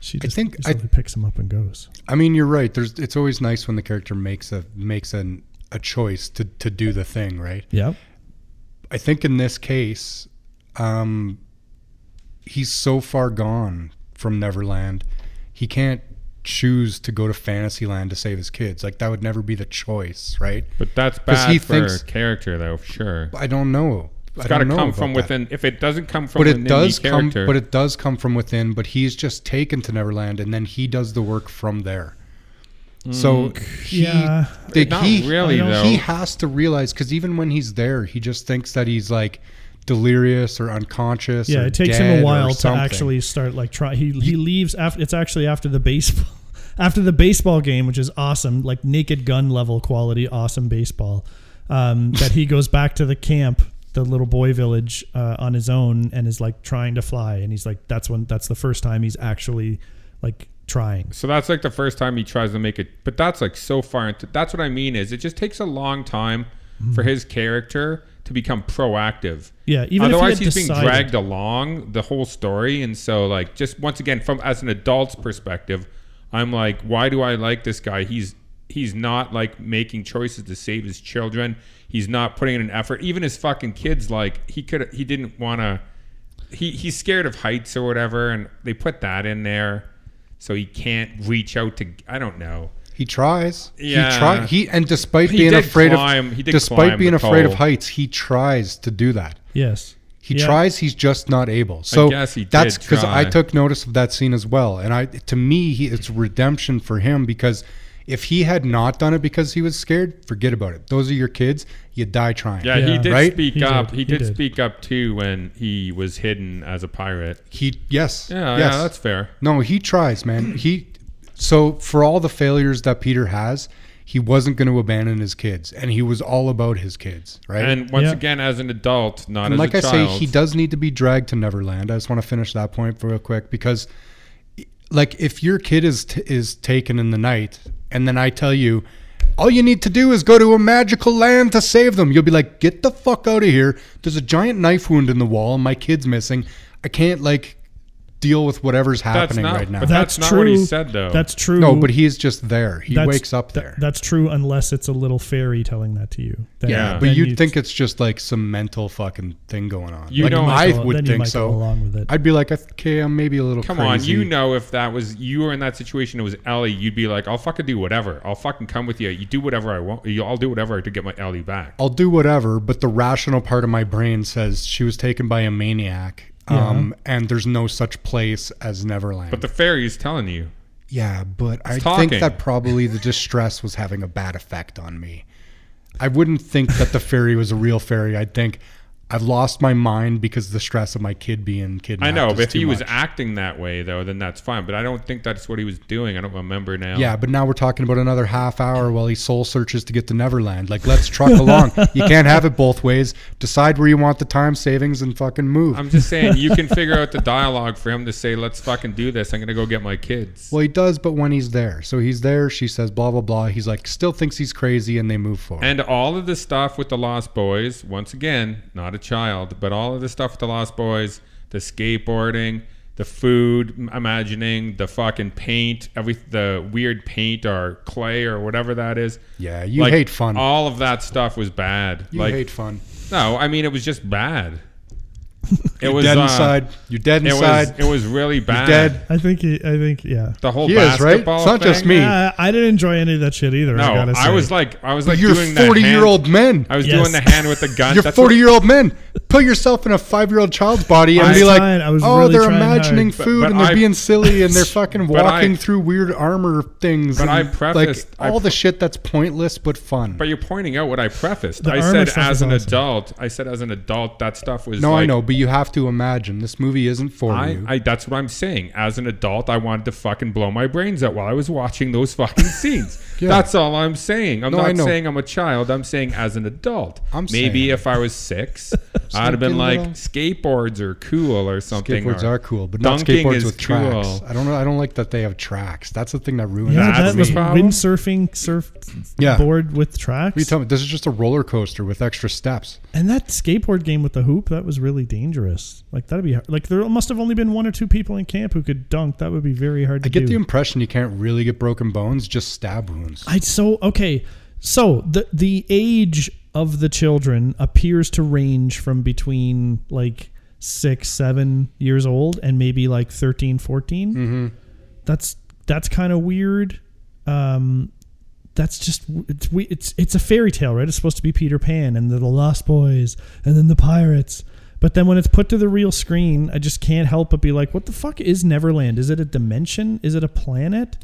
Speaker 1: she just
Speaker 3: think I-
Speaker 1: easily picks him up and goes.
Speaker 3: I mean, you're right. There's. It's always nice when the character makes a makes an a choice to to do the thing, right?
Speaker 1: Yeah,
Speaker 3: I think in this case, um, he's so far gone from Neverland, he can't choose to go to Fantasyland to save his kids. Like that would never be the choice, right?
Speaker 2: But that's
Speaker 3: 'Cause
Speaker 2: bad
Speaker 3: he
Speaker 2: for
Speaker 3: thinks-
Speaker 2: character, though. for Sure,
Speaker 3: I don't know.
Speaker 2: it's
Speaker 3: I
Speaker 2: got to
Speaker 3: don't know
Speaker 2: come
Speaker 3: about
Speaker 2: from
Speaker 3: that.
Speaker 2: within. If it doesn't come from
Speaker 3: But
Speaker 2: within
Speaker 3: it does
Speaker 2: the
Speaker 3: come.
Speaker 2: character,
Speaker 3: But it does come from within. But he's just taken to Neverland, and then he does the work from there. So he,
Speaker 1: Yeah.
Speaker 3: they-
Speaker 2: Mm. Not
Speaker 3: he-
Speaker 2: really, I don't- though.
Speaker 3: He has to realize because even when he's there, he just thinks that he's like delirious or unconscious.
Speaker 1: yeah.
Speaker 3: or
Speaker 1: It takes
Speaker 3: dead
Speaker 1: him
Speaker 3: or
Speaker 1: a while to
Speaker 3: something.
Speaker 1: actually start like try. He he leaves after it's actually after the baseball. *laughs* After the baseball game, which is awesome, like naked gun level quality, awesome baseball, um, that he goes back to the camp, the little boy village, uh, on his own, and is like trying to fly, and he's like, that's when that's the first time he's actually like trying.
Speaker 2: So that's like the first time he tries to make it, but that's like so far into. That's what I mean is it just takes a long time for his character to become proactive.
Speaker 1: Yeah, even if he
Speaker 2: Otherwise,
Speaker 1: had
Speaker 2: he's being
Speaker 1: decided-
Speaker 2: dragged along the whole story, and so like just once again, from as an adult's perspective, I'm like, why do I like this guy? He's he's not like making choices to save his children. He's not putting in an effort. Even his fucking kids, like he could, he didn't want to. He he's scared of heights or whatever, and they put that in there, so he can't reach out to. I don't know.
Speaker 3: He tries.
Speaker 2: Yeah.
Speaker 3: He try he and despite
Speaker 2: He
Speaker 3: being
Speaker 2: did
Speaker 3: afraid
Speaker 2: climb-
Speaker 3: of
Speaker 2: he did climb
Speaker 3: despite being
Speaker 2: the
Speaker 3: afraid of
Speaker 2: pole.
Speaker 3: heights, he tries to do that.
Speaker 1: Yes.
Speaker 3: He
Speaker 1: Yeah.
Speaker 3: tries, he's just not able. So
Speaker 2: guess he
Speaker 3: that's
Speaker 2: did
Speaker 3: because I
Speaker 2: try.
Speaker 3: took notice of that scene as well. And I to me he, it's redemption for him because if he had not done it because he was scared, forget about it. Those are your kids. You die trying.
Speaker 2: Yeah, he
Speaker 1: Yeah.
Speaker 2: did
Speaker 3: Right?
Speaker 2: speak
Speaker 1: He did.
Speaker 2: up. He,
Speaker 1: He
Speaker 2: did,
Speaker 1: did.
Speaker 2: speak up too when he was hidden as a pirate.
Speaker 3: He yes.
Speaker 2: Yeah,
Speaker 3: yes.
Speaker 2: yeah, that's fair.
Speaker 3: No, he tries, man. He so for all the failures that Peter has, he wasn't going to abandon his kids, and he was all about his kids, right?
Speaker 2: And once
Speaker 1: Yeah.
Speaker 2: again, as an adult, not
Speaker 3: And
Speaker 2: as
Speaker 3: like
Speaker 2: a
Speaker 3: I say,
Speaker 2: child.
Speaker 3: he does need to be dragged to Neverland. I just want to finish that point real quick because, like, if your kid is t- is taken in the night, and then I tell you, all you need to do is go to a magical land to save them, you'll be like, get the fuck out of here. There's a giant knife wound in the wall, and my kid's missing. I can't like deal with whatever's happening
Speaker 2: not-
Speaker 3: right now.
Speaker 2: but That's not
Speaker 1: true.
Speaker 2: what he said, though.
Speaker 1: That's true.
Speaker 3: No, but he is just there. He
Speaker 1: That's-
Speaker 3: wakes up
Speaker 1: th-
Speaker 3: there.
Speaker 1: that's true, unless it's a little fairy telling that to you. Then-
Speaker 2: Yeah.
Speaker 1: then
Speaker 3: but you'd
Speaker 1: you-
Speaker 3: think it's just like some mental fucking thing going on.
Speaker 2: You
Speaker 3: like,
Speaker 2: don't-
Speaker 3: I
Speaker 1: Well, then
Speaker 3: would
Speaker 1: you
Speaker 3: think
Speaker 1: might
Speaker 3: so.
Speaker 1: Go along with it.
Speaker 3: I'd be like, okay, I'm maybe a little.
Speaker 2: Come on,
Speaker 3: crazy.
Speaker 2: you know, if that was you were in that situation, it was Ellie. You'd be like, "I'll fucking do whatever. I'll fucking come with you. You do whatever I want. You- I'll do whatever to get my Ellie back."
Speaker 3: I'll do whatever, but the rational part of my brain says she was taken by a maniac, um, and there's no such place as Neverland.
Speaker 2: But the fairy is telling you,
Speaker 3: yeah, but I
Speaker 2: talking.
Speaker 3: think that probably the distress was having a bad effect on me. I wouldn't think that the fairy was a real fairy. I'd think I've lost my mind because the stress of my kid being kidnapped.
Speaker 2: "I know."
Speaker 3: is
Speaker 2: But if
Speaker 3: too
Speaker 2: he was
Speaker 3: much.
Speaker 2: acting that way, though, then that's fine. But I don't think that's what he was doing. I don't remember now.
Speaker 3: Yeah, but now we're talking about another half hour while he soul searches to get to Neverland. Like,
Speaker 2: *laughs*
Speaker 3: let's truck along. You can't have it both ways. Decide where you want the time savings and fucking move.
Speaker 2: I'm just saying you
Speaker 3: *laughs*
Speaker 2: can figure out the dialogue for him to say, "Let's fucking do this. I'm gonna go get my kids."
Speaker 3: well, he does, but when he's there. So he's there, she says blah, blah, blah. He's like, still thinks he's crazy, and they move forward.
Speaker 2: And all of the stuff with the Lost Boys, once again, not a child, but all of the stuff with the Lost Boys, the skateboarding, the food m- imagining, the fucking paint, every the weird paint or clay or whatever that is.
Speaker 3: Yeah, you hate fun.
Speaker 2: All of that stuff was bad.
Speaker 3: you
Speaker 2: like
Speaker 3: hate fun.
Speaker 2: no, I mean it was just
Speaker 3: *laughs*
Speaker 2: bad. It was
Speaker 3: Dead
Speaker 2: uh,
Speaker 3: inside. You're dead
Speaker 2: It
Speaker 3: inside.
Speaker 2: was it was really bad.
Speaker 3: dead.
Speaker 1: I think. he- I think. Yeah.
Speaker 2: The whole
Speaker 3: He is,
Speaker 2: basketball
Speaker 3: right? It's not
Speaker 2: thing.
Speaker 3: just me.
Speaker 1: Yeah, I didn't enjoy any of that shit either. I,
Speaker 2: No,
Speaker 1: gotta
Speaker 2: I
Speaker 1: say.
Speaker 2: was like, I was like
Speaker 3: You're
Speaker 2: doing that.
Speaker 3: 40 year old
Speaker 2: hand-
Speaker 3: men.
Speaker 2: I was
Speaker 1: Yes.
Speaker 2: doing the hand with the gun.
Speaker 3: You're
Speaker 2: That's
Speaker 3: 40
Speaker 2: what-
Speaker 3: year old men. Put yourself in a five year old child's body and
Speaker 2: I
Speaker 3: be
Speaker 2: was
Speaker 3: like,
Speaker 1: trying- I was
Speaker 3: oh,
Speaker 1: really
Speaker 3: they're
Speaker 1: trying
Speaker 3: imagining
Speaker 1: hard."
Speaker 2: But-
Speaker 3: food
Speaker 2: but
Speaker 3: and they're
Speaker 2: I-
Speaker 3: being
Speaker 2: *laughs*
Speaker 3: silly and they're fucking
Speaker 2: But I-
Speaker 3: walking through weird armor things.
Speaker 2: But
Speaker 3: and,
Speaker 2: I prefaced- I
Speaker 3: like all
Speaker 2: pre-
Speaker 3: the shit that's pointless but fun.
Speaker 2: But you're pointing out what I prefaced.
Speaker 1: The
Speaker 2: I
Speaker 1: armor
Speaker 2: said
Speaker 1: stuff
Speaker 2: as
Speaker 1: is
Speaker 2: an
Speaker 1: awesome.
Speaker 2: adult. I said as an adult that stuff was.
Speaker 3: no,
Speaker 2: like,
Speaker 3: I know, but you have to imagine this movie isn't for
Speaker 2: I,
Speaker 3: you.
Speaker 2: I that's what I'm saying. As an adult, I wanted to fucking blow my brains out while I was watching those
Speaker 3: *laughs*
Speaker 2: fucking scenes.
Speaker 3: Yeah.
Speaker 2: That's all I'm saying. I'm
Speaker 3: No, I
Speaker 2: not
Speaker 3: know.
Speaker 2: saying I'm a child. I'm saying as an adult.
Speaker 3: I'm
Speaker 2: Maybe
Speaker 3: saying-
Speaker 2: if I was
Speaker 3: *laughs*
Speaker 2: six, I'd have been
Speaker 3: Something
Speaker 2: like
Speaker 3: little-
Speaker 2: skateboards are cool or something.
Speaker 3: skateboards
Speaker 2: or
Speaker 3: are cool, but not
Speaker 2: dunking
Speaker 3: skateboards
Speaker 2: is
Speaker 3: with tracks.
Speaker 2: cool.
Speaker 3: I don't know. I don't like that they have tracks. That's the thing that ruins
Speaker 1: Yeah,
Speaker 3: it for
Speaker 2: That's
Speaker 1: that
Speaker 2: the
Speaker 1: was
Speaker 3: me.
Speaker 2: problem.
Speaker 1: windsurfing surf
Speaker 3: Yeah.
Speaker 1: board with tracks.
Speaker 3: You tell me, this is just a roller coaster with extra steps.
Speaker 1: And that skateboard game with the hoop, that was really dangerous. Like that'd be hard. like there must have only been one or two people in camp who could dunk. That would be very hard
Speaker 3: I
Speaker 1: to
Speaker 3: get the
Speaker 1: do.
Speaker 3: impression you can't really get broken bones, just stab wounds.
Speaker 1: I so okay. So the the age of the children appears to range from between like six, seven years old and maybe like 13, 14. That's that's kind of weird. Um, that's just it's we it's it's a fairy tale, right? It's supposed to be Peter Pan and the Lost Boys and then the pirates. But then when it's put to the real screen, I just can't help but be like, what the fuck is Neverland? Is it a dimension? Is it a planet?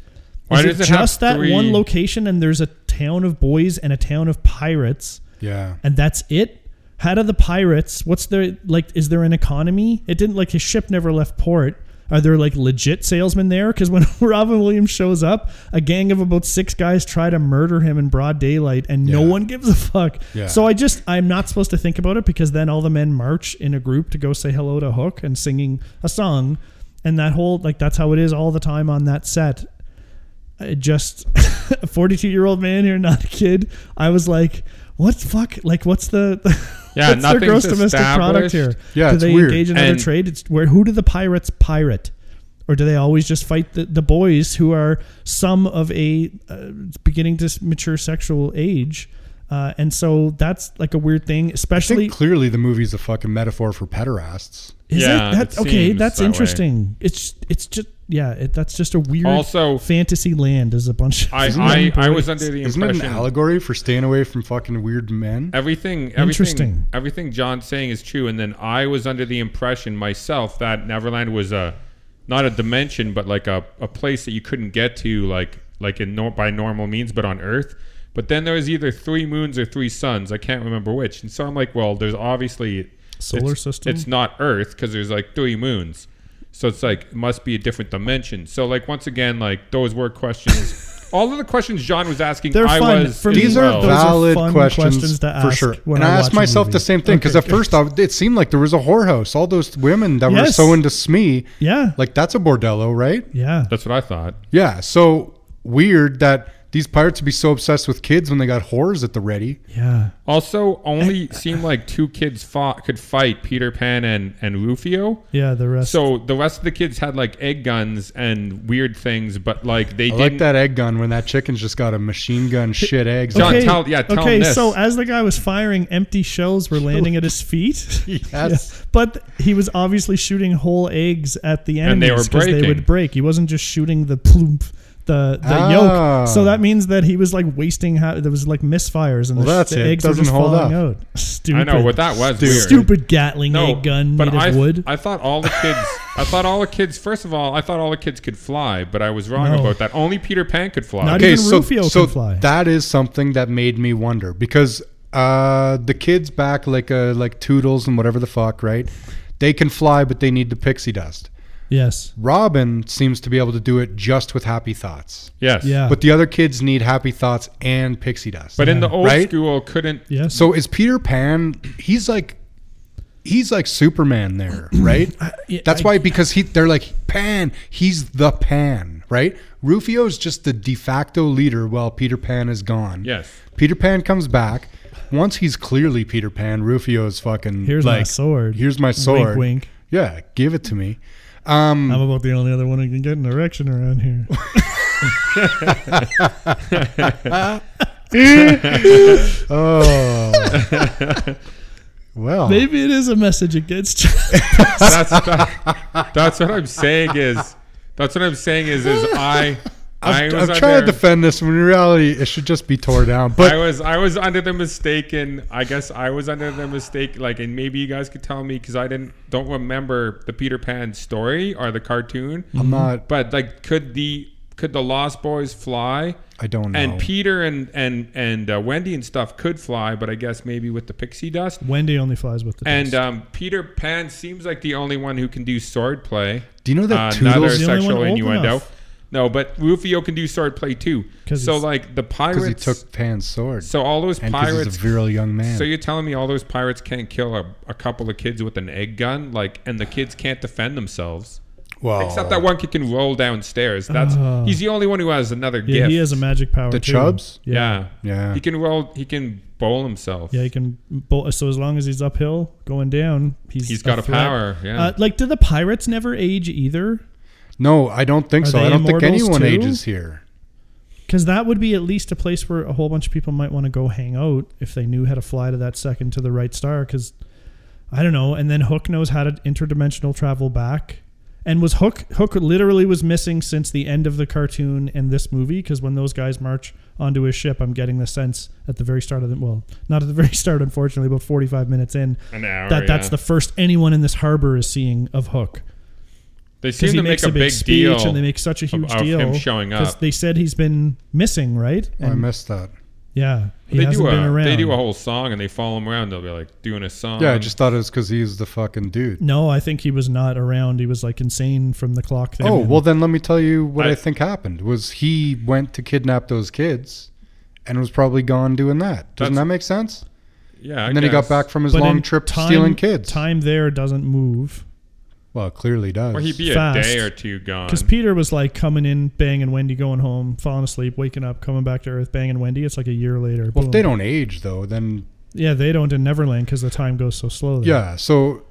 Speaker 2: Why
Speaker 1: is
Speaker 2: does it have
Speaker 1: just that
Speaker 2: three-
Speaker 1: one location and there's a town of boys and a town of pirates
Speaker 3: Yeah.
Speaker 1: and that's it? How do the pirates? What's their like? Is there an economy? It didn't like his ship never left port. Are there like legit salesmen there? Because when *laughs* Robin Williams shows up, a gang of about six guys try to murder him in broad daylight, and no
Speaker 3: Yeah.
Speaker 1: one gives a fuck.
Speaker 3: Yeah.
Speaker 1: So I just I'm not supposed to think about it because then all the men march in a group to go say hello to Hook and singing a song, and that whole like that's how it is all the time on that set. I just *laughs* a 42 year old man here, not a kid. I was like, what the *laughs* fuck? Like, what's the
Speaker 2: Yeah,
Speaker 1: What's their
Speaker 2: nothing's
Speaker 1: gross domestic product
Speaker 2: established.
Speaker 1: here?
Speaker 3: Yeah,
Speaker 1: do
Speaker 3: it's
Speaker 1: they
Speaker 3: weird.
Speaker 1: engage in other
Speaker 2: And-
Speaker 1: trade? It's, where who do the pirates pirate, or do they always just fight the, the boys who are some of a uh, beginning to s- mature sexual age? Uh, and so that's like a weird thing,
Speaker 3: I think
Speaker 1: especially
Speaker 3: clearly the movie's a fucking metaphor for pederasts.
Speaker 1: Is
Speaker 2: Yeah,
Speaker 1: it? That,
Speaker 2: it
Speaker 1: okay,
Speaker 2: seems
Speaker 1: that's
Speaker 2: that way.
Speaker 1: interesting. It's it's just yeah, it, that's just a weird
Speaker 2: Also-
Speaker 1: fantasy land is a bunch. Of
Speaker 2: I,
Speaker 1: *laughs* Isn't
Speaker 2: I,
Speaker 1: that
Speaker 2: I was
Speaker 1: great?
Speaker 2: under the
Speaker 3: Isn't it an
Speaker 2: impression
Speaker 3: allegory for staying away from fucking weird men?
Speaker 2: everything, everything,
Speaker 1: Interesting.
Speaker 2: everything John's saying is true. And then I was under the impression myself that Neverland was a not a dimension, but like a, a place that you couldn't get to, like like in nor- by normal means, but on Earth. But then there was either three moons or three suns. I can't remember which. And so I'm like, well, there's obviously
Speaker 1: solar
Speaker 2: it's,
Speaker 1: system.
Speaker 2: It's not Earth because there's like three moons, so it's like it must be a different dimension. So like once again, like those were
Speaker 1: *laughs*
Speaker 2: questions. all of the questions John was asking,
Speaker 1: They're
Speaker 2: I
Speaker 1: fun.
Speaker 2: was.
Speaker 1: For
Speaker 2: as
Speaker 1: me,
Speaker 3: These are
Speaker 1: Those are
Speaker 2: well.
Speaker 3: valid
Speaker 1: fun
Speaker 3: questions,
Speaker 1: questions to
Speaker 3: for
Speaker 1: ask
Speaker 3: sure.
Speaker 1: when
Speaker 3: and
Speaker 1: I
Speaker 3: I
Speaker 1: watch
Speaker 3: asked
Speaker 1: a
Speaker 3: myself
Speaker 1: movie.
Speaker 3: the same thing because
Speaker 1: Okay,
Speaker 3: at first I, it seemed like there was a whorehouse. All those women that were
Speaker 1: Yes.
Speaker 3: so into Smee,
Speaker 1: Yeah.
Speaker 3: like that's a bordello, right?
Speaker 1: yeah.
Speaker 2: That's what I thought.
Speaker 3: Yeah. So weird that these pirates would be so obsessed with kids when they got whores at the ready.
Speaker 1: Yeah.
Speaker 2: Also, only seemed like two kids fought could fight Peter Pan and and Rufio.
Speaker 1: Yeah, the rest
Speaker 2: So uh, the rest of the kids had like egg guns and weird things, but like they
Speaker 3: I
Speaker 2: didn't.
Speaker 3: like that egg gun when that chicken's just got a machine gun shit eggs.
Speaker 2: John, tell- yeah, tell
Speaker 1: okay,
Speaker 2: him this.
Speaker 1: so as the guy was firing, empty shells were landing at his
Speaker 2: *laughs*
Speaker 1: feet. *laughs*
Speaker 3: Yes.
Speaker 1: But he was obviously shooting whole eggs at the
Speaker 2: And they were
Speaker 1: enemies because they,
Speaker 2: breaking.
Speaker 1: would break. He wasn't just shooting the plump, the, the
Speaker 3: Ah.
Speaker 1: yolk. So that means that he was like wasting. How, there was like misfires and
Speaker 3: Well,
Speaker 1: the, sh-
Speaker 3: that's
Speaker 1: the
Speaker 3: it.
Speaker 1: eggs were
Speaker 3: Doesn't
Speaker 1: just
Speaker 3: hold
Speaker 1: falling out. Stupid.
Speaker 2: I know what that was. Weird.
Speaker 1: Stupid Gatling egg gun made of
Speaker 2: I,
Speaker 1: wood.
Speaker 2: I thought all the kids. I thought all the kids. First of all, I thought all the kids could fly, but I was wrong
Speaker 1: No.
Speaker 2: about that. Only Peter Pan could fly.
Speaker 1: Not
Speaker 3: Okay,
Speaker 1: Even
Speaker 3: so,
Speaker 1: Rufio
Speaker 3: so
Speaker 1: can fly.
Speaker 3: that is something that made me wonder because uh, the kids back like uh, like Toodles and whatever the fuck, right? They can fly, but they need the pixie dust.
Speaker 1: yes.
Speaker 3: Robin seems to be able to do it just with happy thoughts,
Speaker 2: yes.
Speaker 1: Yeah.
Speaker 3: but the other kids need happy thoughts and pixie dust.
Speaker 2: But in the old
Speaker 3: Right?
Speaker 2: school, couldn't.
Speaker 1: yes.
Speaker 3: so is Peter Pan? He's like. He's like
Speaker 1: *clears throat*
Speaker 3: Superman there, right?
Speaker 1: yeah,
Speaker 3: That's
Speaker 1: I-
Speaker 3: why because he they're like Pan, he's the Pan, right? Rufio's just the de facto leader while Peter Pan is gone.
Speaker 2: Yes.
Speaker 3: Peter Pan comes back. Once he's clearly Peter Pan, Rufio's fucking
Speaker 1: Here's my
Speaker 3: like,
Speaker 1: sword.
Speaker 3: Here's my
Speaker 1: Wink,
Speaker 3: sword.
Speaker 1: wink.
Speaker 3: Yeah, give it to me. Um,
Speaker 1: I'm about the only other one who can get an erection around here.
Speaker 3: oh. *laughs*
Speaker 1: *laughs*
Speaker 3: well,
Speaker 1: Maybe it is a message against.
Speaker 2: That's that, that's what I'm saying is. That's what I'm saying is
Speaker 3: *laughs*
Speaker 2: is I. I
Speaker 3: I'm,
Speaker 2: was
Speaker 3: I'm trying to
Speaker 2: under-
Speaker 3: defend this when in reality it should just be tore down. But
Speaker 2: I was I was under the mistaken. I guess I was under the mistake. Like, and maybe you guys could tell me because I didn't don't remember the Peter Pan story or the cartoon.
Speaker 1: Mm-hmm.
Speaker 3: I'm not.
Speaker 2: But like, could the could the Lost Boys fly?
Speaker 3: I don't know.
Speaker 2: And Peter and and and uh, Wendy and stuff could fly, but I guess maybe with the pixie
Speaker 1: *laughs*
Speaker 2: dust.
Speaker 1: Wendy only flies with the
Speaker 2: And
Speaker 1: dust.
Speaker 2: um, Peter Pan seems like the only one who can do sword play.
Speaker 3: Do you know that
Speaker 2: Uh, another
Speaker 3: Toodles
Speaker 1: The only
Speaker 2: sexual
Speaker 1: one old
Speaker 2: innuendo.
Speaker 1: enough.
Speaker 2: No, but Rufio can do sword play too.
Speaker 1: 'Cause
Speaker 2: So
Speaker 1: he's-
Speaker 2: like the
Speaker 3: because
Speaker 2: pirates
Speaker 3: he took Pan's sword
Speaker 2: So all those
Speaker 3: and because he's
Speaker 2: pirates
Speaker 3: a virile young man?
Speaker 2: so you're telling me all those pirates can't kill a, a couple of kids with an egg gun, like, and the kids can't defend themselves.
Speaker 3: well,
Speaker 2: Except
Speaker 1: Oh.
Speaker 2: that one kid can roll downstairs. That's he's the only one who has another
Speaker 1: yeah,
Speaker 2: gift.
Speaker 1: he has a magic power.
Speaker 3: The
Speaker 1: too.
Speaker 3: Chubbs?
Speaker 1: Yeah.
Speaker 2: Yeah.
Speaker 3: Yeah.
Speaker 2: He can roll. He can bowl himself.
Speaker 1: Yeah, he can. Bo- so as long as he's uphill, going down, he's
Speaker 2: He's got a
Speaker 1: threat.
Speaker 2: power, yeah.
Speaker 1: Uh, like, do the pirates never age either?
Speaker 3: No, I don't think
Speaker 1: Are
Speaker 3: so.
Speaker 1: they
Speaker 3: I don't think
Speaker 1: immortals
Speaker 3: anyone
Speaker 1: too?
Speaker 3: ages here.
Speaker 1: Because that would be at least a place where a whole bunch of people might want to go hang out if they knew how to fly to that second to the right star. Because I don't know. And then Hook knows how to interdimensional travel back. And was Hook Hook literally was missing since the end of the cartoon and this movie? Because when those guys march onto his ship, I'm getting the sense at the very start of the well, not at the *laughs* very start, unfortunately, but 45 minutes in,
Speaker 2: An hour.
Speaker 1: that that's
Speaker 2: yeah.
Speaker 1: the first anyone in this harbor is seeing of Hook.
Speaker 2: They
Speaker 1: Because
Speaker 2: seem
Speaker 1: he
Speaker 2: to
Speaker 1: makes
Speaker 2: make a big,
Speaker 1: speech
Speaker 2: deal.
Speaker 1: and they make such a
Speaker 2: of-
Speaker 1: huge
Speaker 2: of
Speaker 1: deal
Speaker 2: him showing up.
Speaker 1: they said he's been missing, right?
Speaker 3: Oh, I
Speaker 1: And-
Speaker 3: missed that.
Speaker 1: yeah, he
Speaker 2: They
Speaker 1: hasn't
Speaker 2: do
Speaker 1: been
Speaker 2: a
Speaker 1: around.
Speaker 2: they do a whole song and they follow him around. They'll be like doing a song.
Speaker 1: um,
Speaker 3: Yeah, I just thought it was because he's the fucking dude.
Speaker 1: No, I think he was not around. He was like insane from the clock thing.
Speaker 3: Oh
Speaker 1: And-
Speaker 3: well, then let me tell you what I,
Speaker 2: I-
Speaker 3: think happened. Was he went to kidnap those kids, and was probably gone doing that? Doesn't
Speaker 2: That's-
Speaker 3: that make sense?
Speaker 2: yeah. I
Speaker 3: And then he got
Speaker 2: guess.
Speaker 3: back from his
Speaker 1: But
Speaker 3: long
Speaker 1: in
Speaker 3: trip
Speaker 1: time-
Speaker 3: stealing kids.
Speaker 1: Time there doesn't move
Speaker 3: Well, it clearly does.
Speaker 2: Or he'd be
Speaker 1: fast.
Speaker 2: a day or two gone.
Speaker 1: because Peter was like coming in, banging Wendy, going home, falling asleep, waking up, coming back to Earth, banging Wendy. It's like a year later.
Speaker 3: well,
Speaker 1: boom.
Speaker 3: if they don't age though, then
Speaker 1: Yeah, they don't in Neverland because the time goes so slowly.
Speaker 3: Yeah. So,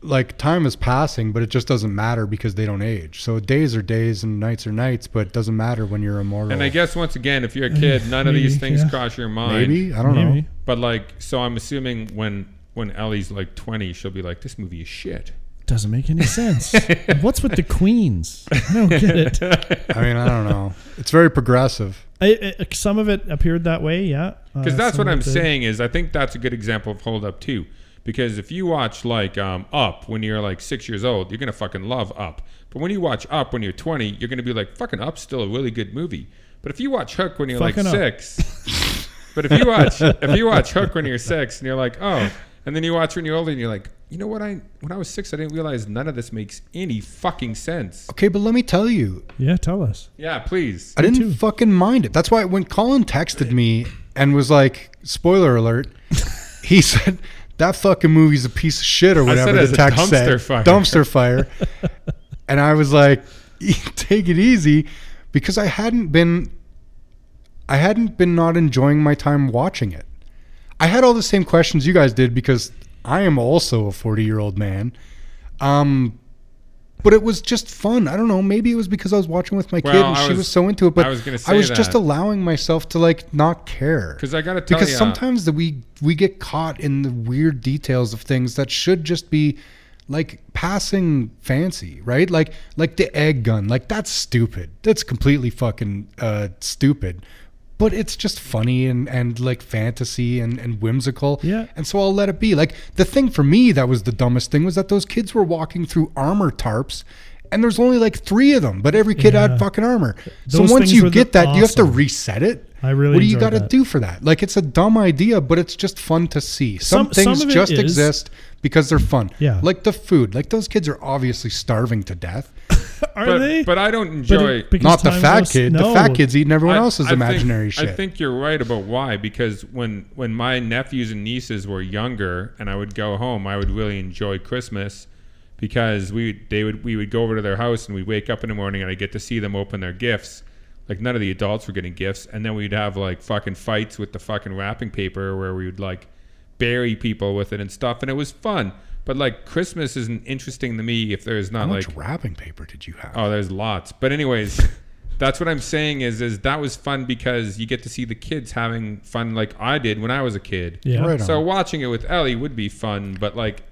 Speaker 3: like, time is passing, but it just doesn't matter because they don't age. So, days are days and nights are nights, but it doesn't matter when you're immortal.
Speaker 2: And I guess once again, if you're a kid, none
Speaker 1: *laughs*
Speaker 2: of
Speaker 1: Maybe,
Speaker 2: these things
Speaker 1: yeah.
Speaker 2: cross your mind.
Speaker 3: maybe I don't
Speaker 1: Maybe.
Speaker 3: know.
Speaker 2: But like, so I'm assuming when when Ellie's like 20, she'll be like, "This movie is shit."
Speaker 1: Doesn't make any
Speaker 3: *laughs*
Speaker 1: sense. What's with the queens? I don't get it.
Speaker 3: I mean, I don't know. It's very progressive.
Speaker 1: I, I, some of it appeared that way, yeah. Uh,
Speaker 2: Because that's what I'm
Speaker 1: saying.
Speaker 2: saying is I think that's a good example of Hold Up too. Because if you watch like um, Up when you're like six years old, you're gonna fucking love Up. But when you watch Up when you're 20, you're gonna be like, "Fucking Up's still a really good movie." But if you watch Hook when you're
Speaker 1: Fucking
Speaker 2: like
Speaker 1: Up.
Speaker 2: six, *laughs* but if you watch if you watch Hook when you're six and you're like, "Oh," and then you watch when you're older and you're like, "You know what? I when I was six, I didn't realize none of this makes any fucking sense."
Speaker 3: Okay, but let me tell you,
Speaker 1: Yeah, tell us.
Speaker 2: Yeah, please.
Speaker 3: I didn't fucking mind it. That's why when Colin texted me and was like, "Spoiler alert," he *laughs* said that fucking movie's a piece of shit or whatever.
Speaker 2: said
Speaker 3: the
Speaker 2: it's a
Speaker 3: text said.
Speaker 2: dumpster fire.
Speaker 3: Dumpster fire. and I was like, *laughs* "Take it easy," because I hadn't been, I hadn't been not enjoying my time watching it. I had all the same questions you guys did because I am also a forty-year-old man. Um. But it was just fun. I don't know. Maybe it was because I was watching with my kid
Speaker 2: Well,
Speaker 3: and
Speaker 2: I
Speaker 3: she was,
Speaker 2: was-
Speaker 3: so into it. But
Speaker 2: I was gonna say
Speaker 3: just
Speaker 2: that.
Speaker 3: allowing myself to like not care.
Speaker 2: 'Cause I gotta tell
Speaker 3: because
Speaker 2: ya-
Speaker 3: sometimes the, we we get caught in the weird details of things that should just be like passing fancy, right? Like like the egg gun. Like that's stupid. That's completely fucking uh, stupid. But it's just funny and, and like fantasy and, and whimsical.
Speaker 1: Yeah.
Speaker 3: And so I'll let it be. Like the thing for me that was the dumbest thing was that those kids were walking through armor tarps and there's only like three of them, but every kid
Speaker 1: Yeah.
Speaker 3: had fucking armor.
Speaker 1: Those
Speaker 3: so once
Speaker 1: things were
Speaker 3: you
Speaker 1: the-
Speaker 3: get that, you have to
Speaker 1: awesome.
Speaker 3: reset it.
Speaker 1: I really
Speaker 3: What do you
Speaker 1: enjoyed
Speaker 3: got to
Speaker 1: that.
Speaker 3: do for that? Like, it's a dumb idea, but it's just fun to see. Some,
Speaker 1: Some- some
Speaker 3: things
Speaker 1: of it
Speaker 3: just
Speaker 1: is.
Speaker 3: exist because they're fun.
Speaker 1: Yeah.
Speaker 3: Like the food. Like those kids are obviously starving to death.
Speaker 1: Are
Speaker 2: but,
Speaker 1: they?
Speaker 2: but I don't
Speaker 1: But
Speaker 2: enjoy.
Speaker 1: it- because
Speaker 3: Not the
Speaker 1: time
Speaker 3: fat
Speaker 1: goes-
Speaker 3: kid.
Speaker 1: no.
Speaker 3: The fat kid's eating everyone else's
Speaker 2: think-
Speaker 3: imaginary shit.
Speaker 2: I think you're right about why because when when my nephews and nieces were younger and I would go home, I would really enjoy Christmas because we they would we would go over to their house and we'd wake up in the morning and I get to see them open their gifts. Like none of the adults were getting gifts, and then we'd have like fucking fights with the fucking wrapping paper where we would like bury people with it and stuff, and it was fun. But like Christmas isn't interesting to me if there's not
Speaker 3: How
Speaker 2: like
Speaker 3: much wrapping paper did you have?
Speaker 2: Oh, there's lots. But
Speaker 3: *laughs*
Speaker 2: anyways, that's what I'm saying is is that was fun because you get to see the kids having fun like I did when I was a kid.
Speaker 1: yeah.
Speaker 3: Right on.
Speaker 2: So watching it with Ellie would be fun, but like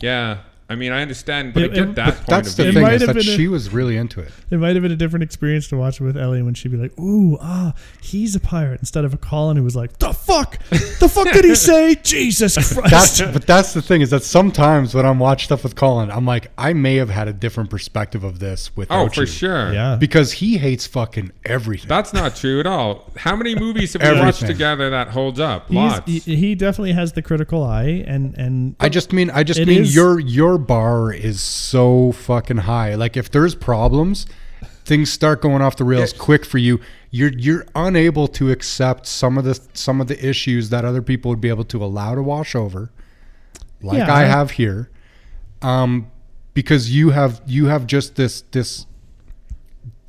Speaker 2: yeah, I mean I understand, but
Speaker 1: Yeah,
Speaker 2: I get
Speaker 1: it-
Speaker 2: that point
Speaker 3: That's
Speaker 2: of
Speaker 3: the
Speaker 2: view.
Speaker 3: thing
Speaker 1: might
Speaker 3: is
Speaker 1: have
Speaker 3: that
Speaker 1: been a-
Speaker 3: she was really into it.
Speaker 1: It might have been a different experience to watch it with Ellie when she'd be like, "Ooh, ah, he's a pirate," instead of a Colin who was like, "The fuck, the fuck
Speaker 2: *laughs*
Speaker 1: did he say?" Jesus
Speaker 3: That's
Speaker 1: *laughs* Christ!
Speaker 3: but that's the thing is that sometimes when I'm watching stuff with Colin, I'm like, I may have had a different perspective of this with
Speaker 2: Oh, for sure.
Speaker 1: yeah,
Speaker 3: because he hates fucking everything.
Speaker 2: That's not true at all. How many movies have we
Speaker 3: Everything.
Speaker 2: watched together that holds up?
Speaker 1: He's-
Speaker 2: Lots.
Speaker 1: he, he definitely has the critical eye, and and
Speaker 3: I just mean I just
Speaker 1: It
Speaker 3: mean
Speaker 1: is-
Speaker 3: your your bar is so fucking high. Like if there's problems, things start going off the rails quick for you. You're you're unable to accept some of the some of the issues that other people would be able to allow to wash over, like
Speaker 1: Yeah.
Speaker 3: I have here, um, because you have you have just this this.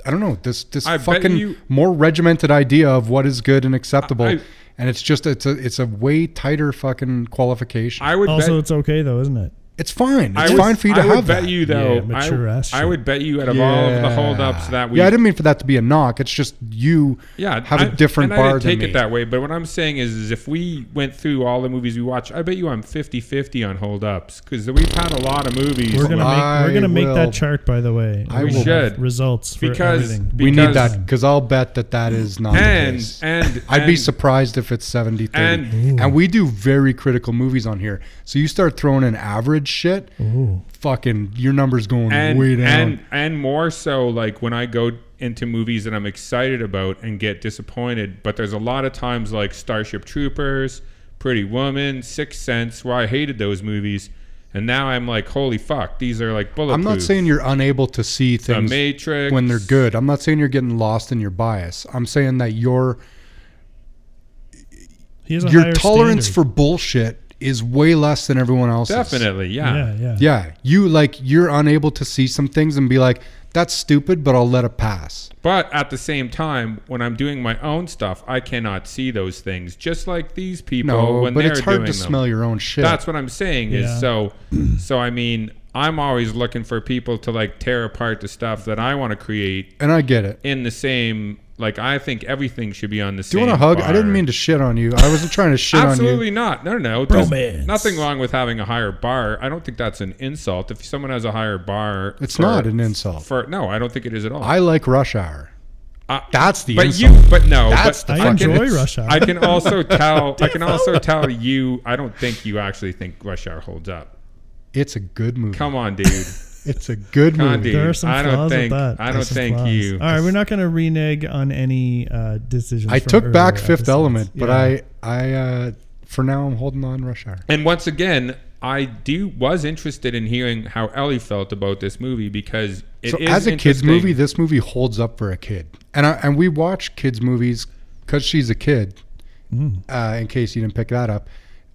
Speaker 3: I don't know this this
Speaker 2: I bet
Speaker 3: fucking
Speaker 2: you-
Speaker 3: more regimented idea of what is good and acceptable,
Speaker 2: I-
Speaker 3: and it's just it's a it's a way tighter fucking qualification.
Speaker 2: I would
Speaker 1: also
Speaker 2: bet,
Speaker 1: it's okay though, isn't it?
Speaker 3: It's fine.
Speaker 2: I
Speaker 3: It's
Speaker 2: would-
Speaker 3: fine for you to
Speaker 2: I would
Speaker 3: have
Speaker 2: bet
Speaker 3: that.
Speaker 2: you though.
Speaker 1: Yeah, mature
Speaker 2: I,
Speaker 1: ass
Speaker 2: I
Speaker 1: shit.
Speaker 2: would bet you out of all of the holdups that we
Speaker 3: yeah, I didn't mean for that to be a knock. It's just you
Speaker 2: yeah,
Speaker 3: have
Speaker 2: a
Speaker 3: a different
Speaker 2: and I
Speaker 3: bar
Speaker 2: didn't take
Speaker 3: than me.
Speaker 2: it that way. But what I'm saying is, is if we went through all the movies we watch, I bet you I'm 50-50 on hold ups because we've had a lot of movies.
Speaker 1: We're gonna make we're
Speaker 3: I
Speaker 1: gonna make
Speaker 3: will-
Speaker 1: that chart by the way.
Speaker 3: I
Speaker 1: We
Speaker 3: will-
Speaker 1: have
Speaker 2: should.
Speaker 1: results for
Speaker 2: Because-
Speaker 1: everything.
Speaker 3: we need
Speaker 2: because-
Speaker 3: that because I'll bet that that is not
Speaker 2: And-
Speaker 3: the case.
Speaker 2: and-
Speaker 3: I'd be
Speaker 2: and-
Speaker 3: surprised if it's 70 30.
Speaker 2: And-
Speaker 3: And, we do very critical movies on here. So you start throwing in average shit, fucking your numbers going
Speaker 2: and
Speaker 3: way down.
Speaker 2: and and more so, like when I go into movies that I'm excited about and get disappointed. But there's a lot of times like Starship Troopers, Pretty Woman, Sixth Sense, where I hated those movies, and now I'm like, holy fuck, these are like bulletproof.
Speaker 3: I'm not saying you're unable to see
Speaker 2: The
Speaker 3: things
Speaker 2: Matrix
Speaker 3: when they're good. I'm not saying you're getting lost in your bias. I'm saying that you're
Speaker 1: He has a
Speaker 3: your
Speaker 1: higher
Speaker 3: tolerance
Speaker 1: standard.
Speaker 3: for bullshit is way less than everyone else's.
Speaker 2: Definitely, yeah.
Speaker 1: yeah, yeah.
Speaker 3: Yeah, you like you're unable to see some things and be like, "That's stupid," but I'll let it pass.
Speaker 2: But at the same time, when I'm doing my own stuff, I cannot see those things. Just like these people,
Speaker 3: No,
Speaker 2: when
Speaker 3: but
Speaker 2: they're
Speaker 3: it's hard to
Speaker 2: doing them.
Speaker 3: smell your own shit.
Speaker 2: That's what I'm saying.
Speaker 1: Yeah.
Speaker 2: Is so, so I mean, I'm always looking for people to like tear apart the stuff that I want to create
Speaker 3: and I get it.
Speaker 2: in the same. Like I think everything should be on the
Speaker 3: Do
Speaker 2: same.
Speaker 3: you want a hug? I
Speaker 2: bar.
Speaker 3: didn't mean to shit on you. I wasn't trying to shit on you.
Speaker 2: Absolutely not. No, no, no. There's
Speaker 1: Bromance.
Speaker 2: Nothing wrong with having a higher bar. I don't think that's an insult. If someone has a higher bar,
Speaker 3: It's not an insult.
Speaker 2: For no, I don't think it is at all.
Speaker 3: I like rush hour.
Speaker 2: I-
Speaker 3: That's the
Speaker 2: but
Speaker 3: insult.
Speaker 2: you, but no,
Speaker 3: That's
Speaker 2: but
Speaker 3: the
Speaker 1: I
Speaker 3: fucking-
Speaker 1: enjoy Rush Hour.
Speaker 2: I
Speaker 3: *laughs*
Speaker 2: can also tell. I can also tell you. I don't think you actually think Rush Hour holds up.
Speaker 3: It's a good movie.
Speaker 2: Come on,
Speaker 3: *laughs*
Speaker 2: dude.
Speaker 3: It's a good
Speaker 2: Come on,
Speaker 3: movie.
Speaker 2: dude.
Speaker 1: there are some
Speaker 2: I don't
Speaker 1: flaws
Speaker 2: think-
Speaker 1: with that.
Speaker 2: I
Speaker 1: There's
Speaker 2: don't
Speaker 1: some
Speaker 2: think
Speaker 1: flaws.
Speaker 2: you-
Speaker 1: All right, we're not going to renege on any uh, decisions.
Speaker 3: I
Speaker 1: from
Speaker 3: took back
Speaker 1: earlier
Speaker 3: Fifth
Speaker 1: episodes.
Speaker 3: Element, but
Speaker 1: Yeah.
Speaker 3: I, I, uh, for now, I'm holding on Rush Hour.
Speaker 2: And once again, I do was interested in hearing how Ellie felt about this movie because it is
Speaker 3: so as a kids
Speaker 2: interesting.
Speaker 3: movie, this movie holds up for a kid, and I, and we watch kids movies because she's a kid. Uh, in case you didn't pick that up,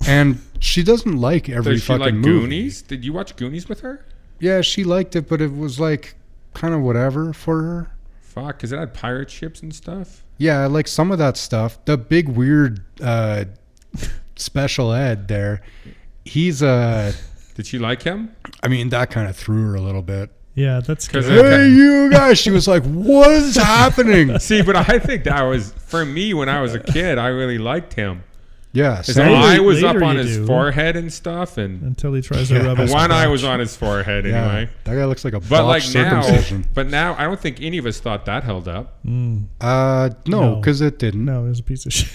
Speaker 3: and she doesn't like every
Speaker 2: Does she
Speaker 3: fucking
Speaker 2: like
Speaker 3: movie.
Speaker 2: Goonies? Did you watch Goonies with her?
Speaker 3: Yeah, she liked it, but it was like kind of whatever for her.
Speaker 2: Fuck, because it had pirate ships and stuff.
Speaker 3: Yeah, I like some of that stuff. The big weird uh, special ed there. He's Uh,
Speaker 2: Did she like him?
Speaker 3: I mean, that kind of threw her a little bit.
Speaker 1: yeah, that's
Speaker 2: 'Cause
Speaker 1: good.
Speaker 2: it-
Speaker 3: Hey, you guys! She was like, "What
Speaker 2: *laughs*
Speaker 3: is happening?"
Speaker 2: See, but I think that was for me when I was a kid. I really liked him.
Speaker 3: Yeah,
Speaker 2: His
Speaker 3: same.
Speaker 2: eye was
Speaker 1: later
Speaker 2: up on
Speaker 1: you
Speaker 2: his
Speaker 1: do.
Speaker 2: forehead and stuff, and
Speaker 1: until he tries to
Speaker 3: Yeah.
Speaker 1: rub his
Speaker 2: one eye
Speaker 1: crotch.
Speaker 2: was on his forehead
Speaker 3: Yeah,
Speaker 2: anyway.
Speaker 3: that guy looks like a
Speaker 2: But like
Speaker 3: botched
Speaker 2: now,
Speaker 3: circumcision.
Speaker 2: but now I don't think any of us thought that held up. *laughs*
Speaker 3: Uh, no,
Speaker 1: No.
Speaker 3: because it didn't.
Speaker 1: No, it was a piece of
Speaker 2: *laughs*
Speaker 1: shit.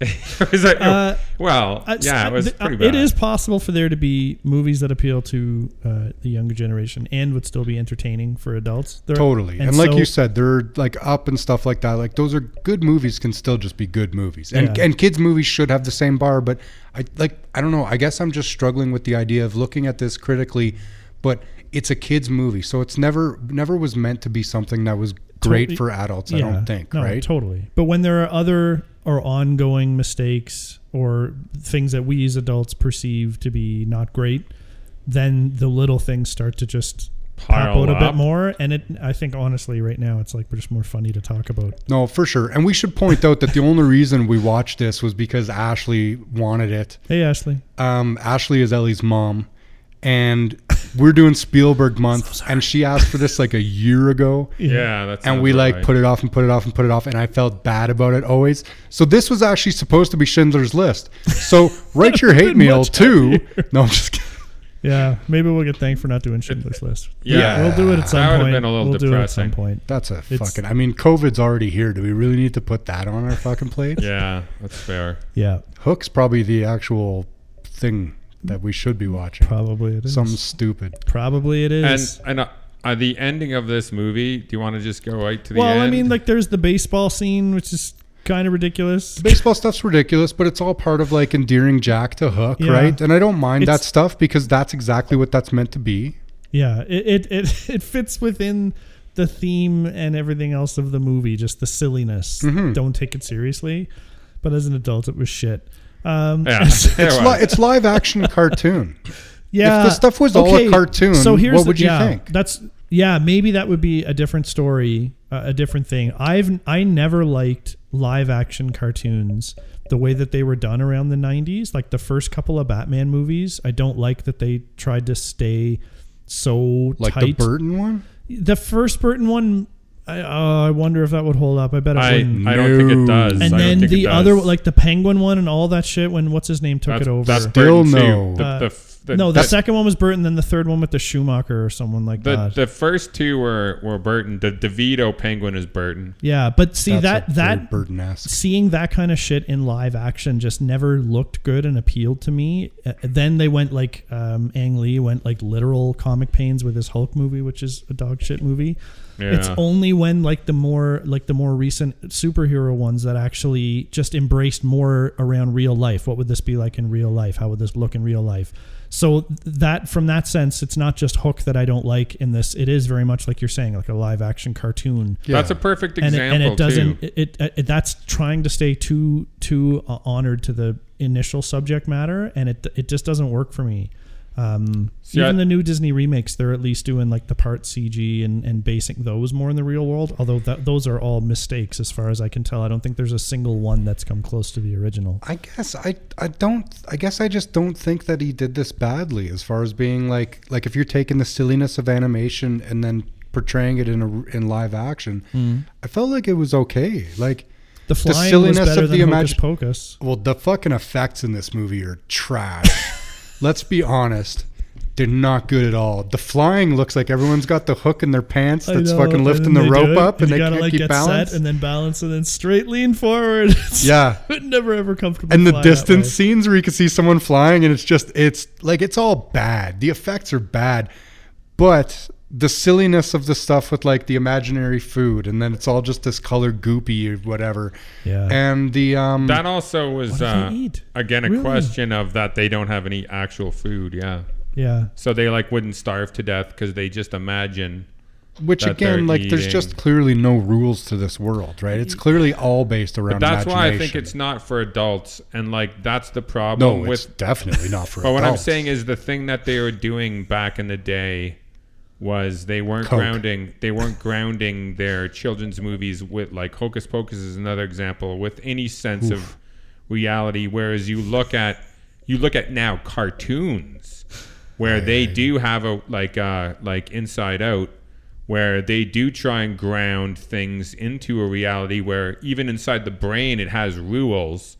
Speaker 2: It was like,
Speaker 1: Uh,
Speaker 2: well,
Speaker 1: I-
Speaker 2: yeah,
Speaker 1: I-
Speaker 2: it was
Speaker 1: th-
Speaker 2: pretty
Speaker 1: uh,
Speaker 2: bad.
Speaker 1: It is possible for there to be movies that appeal to uh, the younger generation and would still be entertaining for adults. There-
Speaker 3: Totally. And, like
Speaker 1: so-
Speaker 3: you said, they're like up and stuff like that. Like those are good movies can still just be good movies. And
Speaker 1: Yeah.
Speaker 3: and kids movies should have the same bar, but I like I don't know. I guess I'm just struggling with the idea of looking at this critically, but it's a kids movie. So it's never never was meant to be something that was great
Speaker 1: Totally-
Speaker 3: for adults, I
Speaker 1: yeah,
Speaker 3: don't think,
Speaker 1: no,
Speaker 3: right?
Speaker 1: Totally. But when there are other or ongoing mistakes or things that we as adults perceive to be not great, then the little things start to just
Speaker 2: Pile
Speaker 1: pop out a
Speaker 2: up.
Speaker 1: bit more. And it, I think, honestly, right now, it's like we're just more funny to talk about.
Speaker 3: No, for sure. And we should point out that the only reason we watched this was because Ashley wanted it.
Speaker 1: Hey, Ashley.
Speaker 3: um, Ashley is Ellie's mom, and we're
Speaker 2: *laughs*
Speaker 3: doing Spielberg month, and she asked for this like a year ago,
Speaker 2: yeah, that's
Speaker 3: and we like put it off and put it off and put it off, and I felt bad about it always. So this was actually supposed to be Schindler's List.
Speaker 2: *laughs*
Speaker 3: So write your hate mail too. No, I'm just kidding.
Speaker 1: Yeah, maybe we'll get thanked for not doing Schindler's List.
Speaker 2: Yeah.
Speaker 1: we'll do it at some
Speaker 2: That
Speaker 1: point.
Speaker 2: would've been a little
Speaker 1: we'll do it at some
Speaker 2: depressing.
Speaker 1: point.
Speaker 3: That's a
Speaker 1: It's-
Speaker 3: fucking. I mean, COVID's already here. Do we really need to put that on our fucking plate?
Speaker 2: Yeah, that's fair.
Speaker 1: Yeah,
Speaker 3: Hook's probably the actual thing that we should be watching.
Speaker 1: probably it is.
Speaker 3: Something stupid.
Speaker 1: probably it
Speaker 2: And
Speaker 1: is.
Speaker 2: and uh, uh, the ending of this movie. Do you want to just go right to the
Speaker 1: well,
Speaker 2: end?
Speaker 1: I mean, like there's the baseball scene, which is kind of ridiculous.
Speaker 3: baseball stuff's ridiculous, but it's all part of like endearing Jack to Hook,
Speaker 1: Yeah.
Speaker 3: right? And I don't mind that
Speaker 1: It's-
Speaker 3: stuff because that's exactly what that's meant to be.
Speaker 1: Yeah, it it, it *laughs* it fits within the theme and everything else of the movie. Just the silliness.
Speaker 3: Mm-hmm.
Speaker 1: Don't take it seriously. But as an adult, it was shit. Um,
Speaker 2: yeah, *laughs* there
Speaker 3: It's,
Speaker 2: was.
Speaker 3: li- it's
Speaker 1: *laughs*
Speaker 3: live action cartoon.
Speaker 1: Yeah.
Speaker 3: If the stuff was all a cartoon, what would you
Speaker 1: yeah,
Speaker 3: think?
Speaker 1: That's yeah, maybe that would be a different story, uh, a different thing. I've I never liked live action cartoons the way that they were done around the 90s, like the first couple of Batman movies. I don't like that they tried to stay so
Speaker 3: Like
Speaker 1: tight.
Speaker 3: the Burton one?
Speaker 1: The first Burton one I, uh, I wonder if that would hold up. I bet it
Speaker 2: I, I
Speaker 1: wouldn't.
Speaker 2: don't think it does.
Speaker 1: and
Speaker 2: I don't
Speaker 1: then
Speaker 2: think it
Speaker 1: the other,
Speaker 2: does.
Speaker 1: like the Penguin one and all that shit, when what's his name took it over.
Speaker 3: Still
Speaker 2: Burton
Speaker 3: no.
Speaker 2: too. The,
Speaker 1: Uh,
Speaker 2: the f- the-
Speaker 1: no, the
Speaker 2: that-
Speaker 1: second one was Burton, then the third one with the Schumacher or someone like
Speaker 2: The,
Speaker 1: that.
Speaker 2: the first two were, were Burton. The DeVito penguin is Burton.
Speaker 1: yeah, but see
Speaker 3: That's
Speaker 1: that
Speaker 3: a very
Speaker 1: that
Speaker 3: Burton esque.
Speaker 1: seeing that kind of shit in live action just never looked good and appealed to me. Uh, then they went like um, Ang Lee went like literal comic pains with his Hulk movie, which is a dog shit movie.
Speaker 2: Yeah.
Speaker 1: It's only when like the more like the more recent superhero ones that actually just embraced more around real life. What would this be like in real life? How would this look in real life? So that from that sense, it's not just Hook that I don't like in this. It is very much like you're saying, like a live action cartoon.
Speaker 2: That's a perfect
Speaker 1: And it,
Speaker 2: example
Speaker 1: and it doesn't.
Speaker 2: too.
Speaker 1: It, it, it that's trying to stay too too uh, honored to the initial subject matter, and it it just doesn't work for me. Um,
Speaker 2: See,
Speaker 1: even
Speaker 2: I-
Speaker 1: the new Disney remakes, they're at least doing like the part CG and, and basing those more in the real world. Although that, those are all mistakes, as far as I can tell. I don't think there's a single one that's come close to the original.
Speaker 3: I guess I I don't I guess I just don't think that he did this badly as far as being like like if you're taking the silliness of animation and then portraying it in a, in live action,
Speaker 1: Hmm.
Speaker 3: I felt like it was okay. Like
Speaker 1: The flying was
Speaker 3: silliness
Speaker 1: better
Speaker 3: of
Speaker 1: than
Speaker 3: the
Speaker 1: Hocus
Speaker 3: imagi-
Speaker 1: Pocus.
Speaker 3: well, the fucking effects in this movie are trash.
Speaker 1: *laughs*
Speaker 3: Let's be honest. They're not good at all. The flying looks like everyone's got the hook in their pants
Speaker 1: I
Speaker 3: that's
Speaker 1: know,
Speaker 3: fucking
Speaker 1: and
Speaker 3: lifting
Speaker 1: then
Speaker 3: the
Speaker 1: do
Speaker 3: rope
Speaker 1: it,
Speaker 3: up and
Speaker 1: you
Speaker 3: they
Speaker 1: gotta,
Speaker 3: can't
Speaker 1: like,
Speaker 3: keep
Speaker 1: get
Speaker 3: balance.
Speaker 1: set and then balance and then straight lean forward. *laughs* It's-
Speaker 3: Yeah.
Speaker 1: never ever comfortable.
Speaker 3: and the
Speaker 1: fly that way.
Speaker 3: distance scenes where you can see someone flying and it's just it's like it's all bad the effects are bad but the silliness of the stuff with like the imaginary food and then it's all just this color goopy or whatever
Speaker 1: Yeah.
Speaker 3: and the um
Speaker 2: That also was
Speaker 1: did
Speaker 2: uh,
Speaker 1: they eat?
Speaker 2: again a
Speaker 1: Really?
Speaker 2: question of that they don't have any actual food. Yeah,
Speaker 1: Yeah.
Speaker 2: so they like wouldn't starve to death because they just imagine.
Speaker 3: which
Speaker 2: that they're
Speaker 3: again like there's
Speaker 2: eating.
Speaker 3: just clearly no rules to this world right it's clearly all based around
Speaker 2: That's why I think
Speaker 3: imagination.
Speaker 2: it's not for adults, and like that's the
Speaker 3: no
Speaker 2: problem
Speaker 3: it's
Speaker 2: with *laughs*
Speaker 3: definitely not for
Speaker 2: But what I'm
Speaker 3: adults.
Speaker 2: saying is the thing that they were doing back in the day was they weren't
Speaker 3: Coke.
Speaker 2: grounding they weren't grounding their children's movies with like Hocus Pocus is another example with any sense of reality whereas you look at you look at now cartoons where they do have a like uh like inside out where they do try and ground things into a reality where even inside the brain it has rules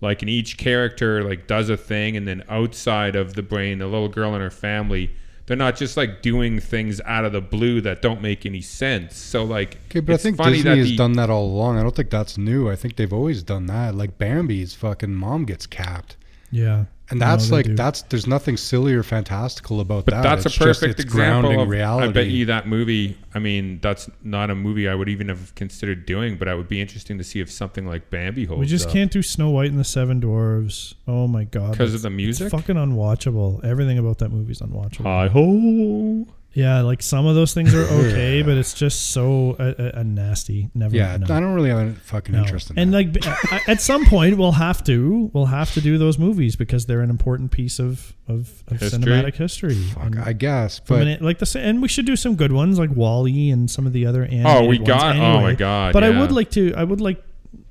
Speaker 2: like in each character like does a thing and then outside of the brain the little girl and her family they're not just like doing things out of the blue that don't make any sense so like
Speaker 3: Okay, but
Speaker 2: it's
Speaker 3: I think
Speaker 2: funny
Speaker 3: Disney
Speaker 2: that
Speaker 3: has
Speaker 2: the-
Speaker 3: done that all along. I don't think that's new. I think they've always done that. Like Bambi's fucking mom gets capped.
Speaker 1: Yeah.
Speaker 3: And that's
Speaker 1: No, they
Speaker 3: like
Speaker 1: do.
Speaker 3: that's there's nothing silly or fantastical about
Speaker 2: but
Speaker 3: that.
Speaker 2: that's
Speaker 3: It's
Speaker 2: a
Speaker 3: just-
Speaker 2: perfect
Speaker 3: it's
Speaker 2: example
Speaker 3: grounding
Speaker 2: of
Speaker 3: reality.
Speaker 2: i bet you that movie i mean that's not a movie i would even have considered doing but i would be interesting to see if something like bambi holds
Speaker 1: We just
Speaker 2: up.
Speaker 1: can't do Snow White and the Seven Dwarves. Oh my god.
Speaker 2: 'Cause of
Speaker 1: It's-
Speaker 2: the music?
Speaker 1: It's fucking unwatchable. Everything about that movie's unwatchable.
Speaker 2: hi ho
Speaker 1: Yeah, like some of those
Speaker 3: *laughs*
Speaker 1: things are okay, but it's just so uh, uh, nasty. Never
Speaker 3: yeah,
Speaker 1: no.
Speaker 3: I don't really have a fucking
Speaker 1: No.
Speaker 3: interest in
Speaker 1: and
Speaker 3: that.
Speaker 1: like b- a- at some point we'll have to we'll have to do those movies because they're an important piece of of, of
Speaker 2: History?
Speaker 1: cinematic history. And-
Speaker 3: Fuck, I guess,
Speaker 1: I
Speaker 3: but
Speaker 1: mean, it- like the sa- and we should do some good ones like Wally and some of the other animated
Speaker 2: we
Speaker 1: ones
Speaker 2: got- oh
Speaker 1: anyway.
Speaker 2: my God,
Speaker 1: But I
Speaker 2: yeah.
Speaker 1: would like to. I would like.